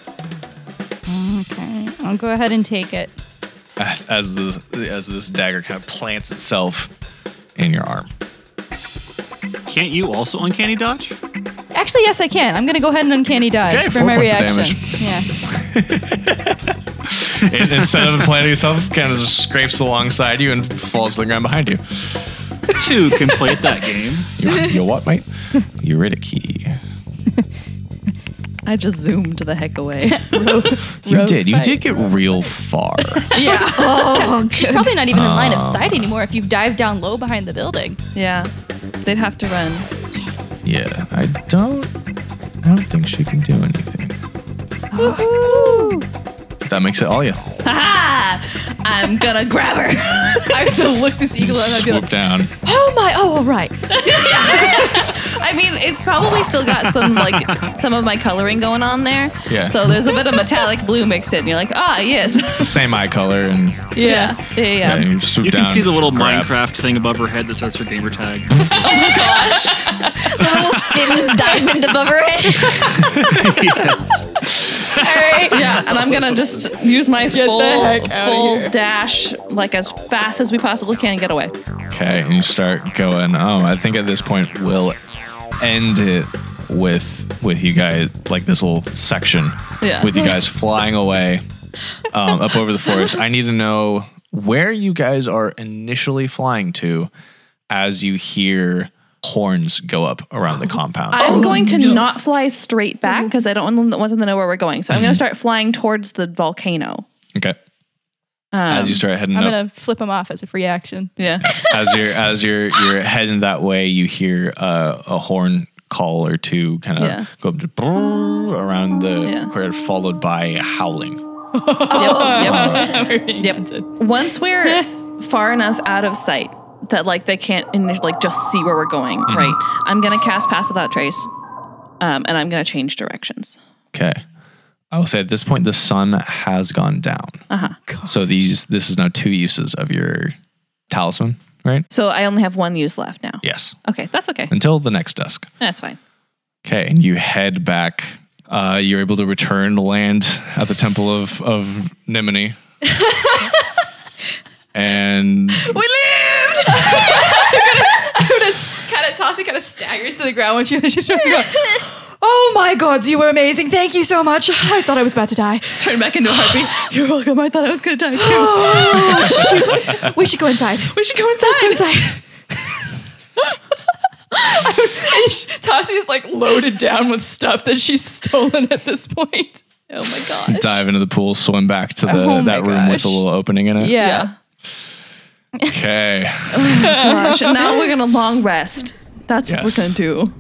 Speaker 7: Okay. I'll go ahead and take it.
Speaker 4: as, as this as this dagger kind of plants itself in your arm
Speaker 8: Can't you also uncanny dodge?
Speaker 7: Uh, Actually, yes, I can. I'm going to go ahead and uncanny dodge
Speaker 4: Okay,
Speaker 7: for
Speaker 4: four
Speaker 7: my
Speaker 4: points of
Speaker 7: reaction.
Speaker 4: damage.
Speaker 7: Yeah.
Speaker 4: And instead of planting itself, kind of just scrapes alongside you and falls to the ground behind you.
Speaker 8: Two can play at that game.
Speaker 4: You, you what, mate? Uridic key.
Speaker 2: I just zoomed the heck away.
Speaker 4: You
Speaker 2: Road
Speaker 4: did. You
Speaker 2: fight.
Speaker 4: did get real far.
Speaker 7: Yeah.
Speaker 9: Oh,
Speaker 7: She's probably not even in line of
Speaker 4: Oh.
Speaker 7: sight anymore if you've dived down low behind the building.
Speaker 5: Yeah. They'd have to run.
Speaker 4: Yeah, I don't. I don't think she can do anything. That makes it oh, all you.
Speaker 5: Ha I'm gonna grab her.
Speaker 2: I'm gonna look this eagle out and I'd be
Speaker 4: Swoop
Speaker 2: like,
Speaker 4: down.
Speaker 2: oh my, oh, all right.
Speaker 5: I mean, it's probably still got some like some of my coloring going on there.
Speaker 4: Yeah.
Speaker 5: So there's a bit of metallic blue mixed in. You're like, ah, yes.
Speaker 4: It's the same eye color, and
Speaker 5: Yeah. Yeah. Yeah.
Speaker 4: yeah. you swoop
Speaker 8: Um, You
Speaker 4: down.
Speaker 8: can see the little
Speaker 4: grab.
Speaker 8: Minecraft thing above her head that says her gamer tag.
Speaker 13: The little Sims diamond above her head.
Speaker 5: All right. Yeah. And I'm gonna just use my full full dash like as fast as we possibly can and get away.
Speaker 4: Okay, and you start going. Oh, I think at this point we'll end it with with you guys like this little section
Speaker 5: Yeah.
Speaker 4: with you guys flying away um, up over the forest. I need to know where you guys are initially flying to as you hear horns go up around the compound.
Speaker 5: I'm going to not fly straight back because I don't want them, want them to know where we're going. So I'm going to start flying towards the volcano.
Speaker 4: Okay.
Speaker 5: Um,
Speaker 4: As you start heading
Speaker 7: I'm
Speaker 4: up,
Speaker 7: going to flip him off as a free action.
Speaker 5: yeah.
Speaker 4: as you're as you're you're heading that way, you hear uh, a horn call or two, kind of
Speaker 5: Yeah.
Speaker 4: go up to brrr around the
Speaker 5: Yeah.
Speaker 4: corridor, followed by howling.
Speaker 5: Yep. Yep. yep. Once we're far enough out of sight that like they can't init- like just see where we're going, right? I'm going to cast Pass Without Trace, um, and I'm going to change directions.
Speaker 4: Okay, I will say at this point the sun has gone down,
Speaker 5: Uh-huh.
Speaker 4: so these this is now two uses of your talisman, right?
Speaker 5: So I only have one use left now.
Speaker 4: Yes,
Speaker 5: Okay, that's okay.
Speaker 4: until the next dusk.
Speaker 5: That's fine.
Speaker 4: Okay, and you head back. Uh, you're able to return to land at the temple of of Nimini. and
Speaker 2: kind of Tossie kind of staggers to the ground when she she starts to go. Oh my God, you were amazing. Thank you so much. I thought I was about to die.
Speaker 5: Turn back into a heartbeat.
Speaker 2: You're welcome. I thought I was going to die too. Oh, shoot. We should go inside. We should go inside. Let's go inside. And she- Tossie is like loaded down with stuff that she's stolen at this point.
Speaker 5: Oh my gosh.
Speaker 4: dive into the pool, swim back to the
Speaker 7: Oh my
Speaker 4: that room with a little opening in it.
Speaker 5: Yeah.
Speaker 4: Okay.
Speaker 5: Gosh, now we're going to long rest. That's what
Speaker 4: Yes.
Speaker 5: we're going to do.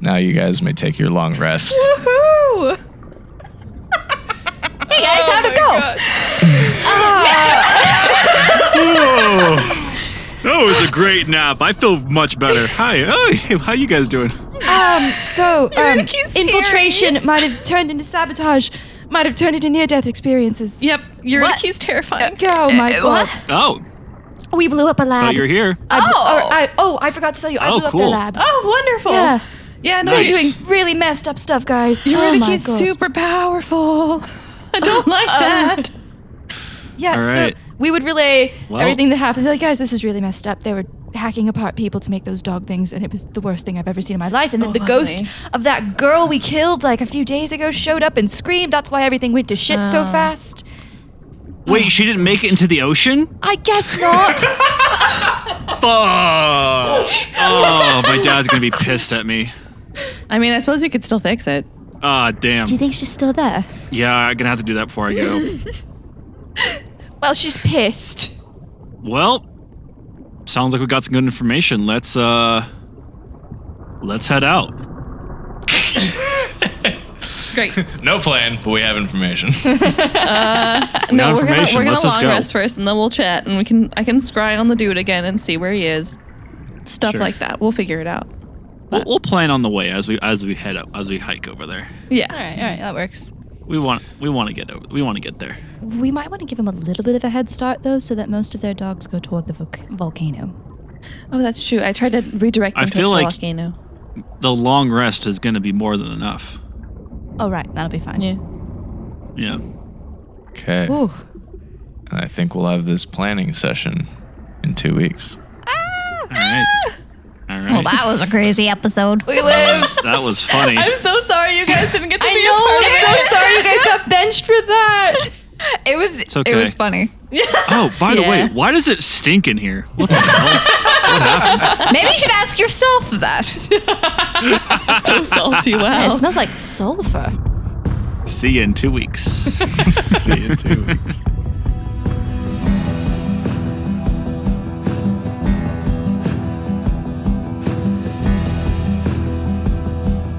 Speaker 4: now you guys may take your long rest.
Speaker 5: Woohoo!
Speaker 13: Hey guys, how'd
Speaker 5: Oh,
Speaker 13: it go?
Speaker 8: That was a great nap. I feel much better. Hi. Oh, hey, how you guys doing?
Speaker 6: Um, so um,
Speaker 13: keep
Speaker 6: infiltration might have turned into sabotage, might have turned into near-death experiences.
Speaker 5: Yep,
Speaker 13: What?
Speaker 5: Yuriki's terrifying.
Speaker 6: Go, my
Speaker 13: Eh, what?
Speaker 6: gods.
Speaker 8: Oh,
Speaker 6: We blew up a lab.
Speaker 8: thought you're here.
Speaker 6: I bl-
Speaker 13: Oh.
Speaker 6: or I, oh, I forgot to tell you, I
Speaker 8: Oh,
Speaker 6: blew
Speaker 8: cool.
Speaker 6: up their lab.
Speaker 5: Oh, wonderful.
Speaker 6: Yeah.
Speaker 5: yeah
Speaker 6: They're
Speaker 5: nice.
Speaker 6: doing really messed up stuff, guys. oh my
Speaker 5: Yuriki's
Speaker 6: god.
Speaker 5: super powerful. I don't like that.
Speaker 6: yeah,
Speaker 8: All right.
Speaker 6: so we would relay
Speaker 8: Well-
Speaker 6: everything that happened. Be Like, guys, this is really messed up. They were hacking apart people to make those dog things, and it was the worst thing I've ever seen in my life. And then
Speaker 5: Oh,
Speaker 6: the ghost
Speaker 5: lovely.
Speaker 6: of that girl we killed like a few days ago showed up and screamed. That's why everything went to shit
Speaker 7: Oh.
Speaker 6: so fast.
Speaker 8: Wait, she didn't make it into the ocean?
Speaker 6: I guess not.
Speaker 8: Fuck. Oh, my dad's gonna be pissed at me.
Speaker 5: I mean, I suppose you could still fix it.
Speaker 8: Ah, damn.
Speaker 6: Do you think she's still there?
Speaker 8: Yeah, I'm gonna have to do that before I go.
Speaker 6: Well, she's pissed.
Speaker 8: Well, sounds like we got some good information. Let's uh let's head out.
Speaker 5: Great.
Speaker 4: no plan, but we have information.
Speaker 5: no, we're gonna
Speaker 8: information.
Speaker 5: we're gonna
Speaker 8: Let's just
Speaker 5: long
Speaker 8: go.
Speaker 5: rest first, and then we'll chat, and we can I can scry on the dude again and see where he is. Stuff
Speaker 8: Sure.
Speaker 5: like that. We'll figure it out.
Speaker 8: We'll, we'll plan on the way as we as we head up as we hike over there.
Speaker 5: Yeah.
Speaker 7: All right, all right, that works.
Speaker 8: We want we want to get over. We want to get there.
Speaker 7: We might want to give him a little bit of a head start, though, so that most of their dogs go toward the voc- volcano.
Speaker 5: Oh, that's true. I tried to redirect
Speaker 8: I
Speaker 5: them
Speaker 8: feel
Speaker 5: to
Speaker 8: like-
Speaker 5: volcano.
Speaker 8: The long rest is going to be more than enough.
Speaker 7: Oh, right, that'll be fine.
Speaker 5: Yeah.
Speaker 8: Yeah.
Speaker 4: okay.
Speaker 7: Ooh.
Speaker 4: And I think we'll have this planning session in two weeks.
Speaker 8: All right. All right.
Speaker 13: Well, that was a crazy episode.
Speaker 9: We lived.
Speaker 8: That was funny.
Speaker 5: so sorry you guys didn't get to
Speaker 13: I
Speaker 5: be
Speaker 13: know,
Speaker 5: a
Speaker 13: I'm
Speaker 5: part of
Speaker 13: so
Speaker 5: it.
Speaker 13: sorry you guys
Speaker 5: got benched for that.
Speaker 9: It was
Speaker 8: It's okay.
Speaker 9: it was funny.
Speaker 8: Oh, by the way, why does it stink in here? What the hell? What happened?
Speaker 9: Maybe you should ask yourself that.
Speaker 5: so salty. Wow.
Speaker 7: It smells like sulfur.
Speaker 8: See you in two weeks. See you in two weeks.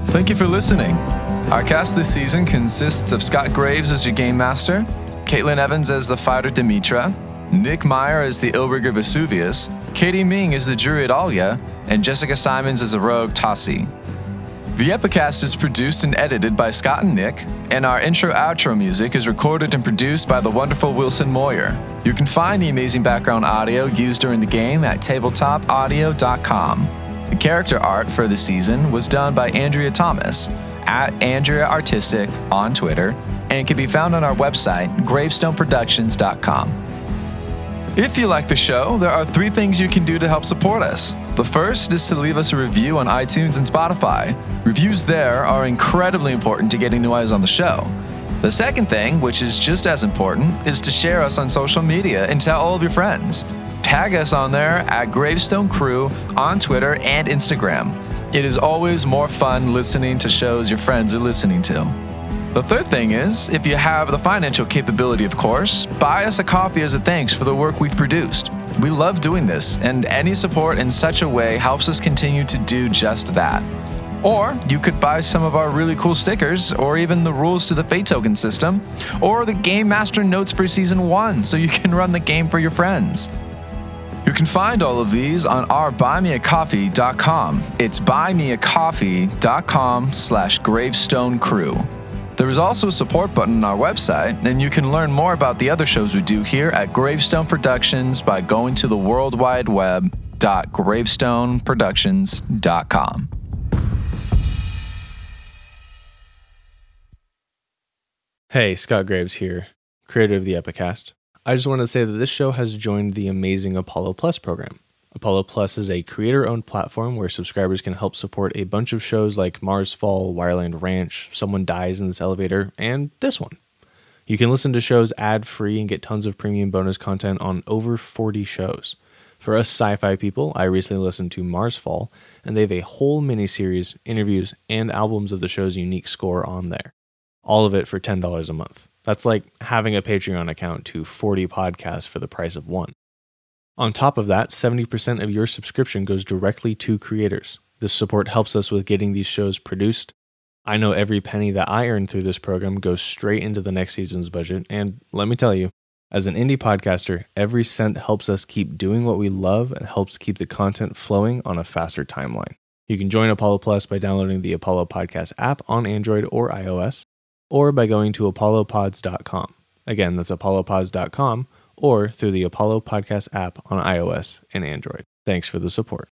Speaker 16: Thank you for listening. Our cast this season consists of Scott Graves as your game master, Caitlin Evans as the fighter Demetra, Nick Meyer as the Illrigger Vesuvius, Katie Ming as the druid Alia, and Jessica Simons as the rogue Tassi. The Epicast is produced and edited by Scott and Nick, and our intro outro music is recorded and produced by the wonderful Wilson Moyer. You can find the amazing background audio used during the game at tabletopaudio.com. The character art for the season was done by Andrea Thomas at Andrea Artistic on Twitter and can be found on our website, gravestoneproductions.com. If you like the show, there are three things you can do to help support us. The first is to leave us a review on iTunes and Spotify. Reviews there are incredibly important to getting new eyes on the show. The second thing, which is just as important, is to share us on social media and tell all of your friends. Tag us on there at Gravestone Crew on Twitter and Instagram. It is always more fun listening to shows your friends are listening to. The third thing is, if you have the financial capability, of course, buy us a coffee as a thanks for the work we've produced. We love doing this, and any support in such a way helps us continue to do just that. Or you could buy some of our really cool stickers, or even the rules to the Fate Token system, or the Game Master notes for Season 1 so you can run the game for your friends. You can find all of these on our buymeacoffee.com. It's buymeacoffee.com slash gravestone crew. There is also a support button on our website, and you can learn more about the other shows we do here at Gravestone Productions by going to the World Wide Web dot gravestoneproductions.com.
Speaker 1: Hey, Scott Graves here, creator of the Epicast. I just wanted to say that this show has joined the amazing Apollo Plus program. Apollo Plus is a creator owned platform where subscribers can help support a bunch of shows like Mars Fall, Wireland Ranch, Someone Dies in This Elevator, and this one. You can listen to shows ad free and get tons of premium bonus content on over 40 shows. For us sci fi people, I recently listened to Mars Fall, and they have a whole miniseries, interviews, and albums of the show's unique score on there. All of it for $10 a month. That's like having a Patreon account to 40 podcasts for the price of one. On top of that, 70% of your subscription goes directly to creators. This support helps us with getting these shows produced. I know every penny that I earn through this program goes straight into the next season's budget, and let me tell you, as an indie podcaster, every cent helps us keep doing what we love and helps keep the content flowing on a faster timeline. You can join Apollo Plus by downloading the Apollo Podcast app on Android or iOS, or by going to apollopods.com. Again, that's apollopods.com or through the Apollo Podcast app on iOS and Android. Thanks for the support.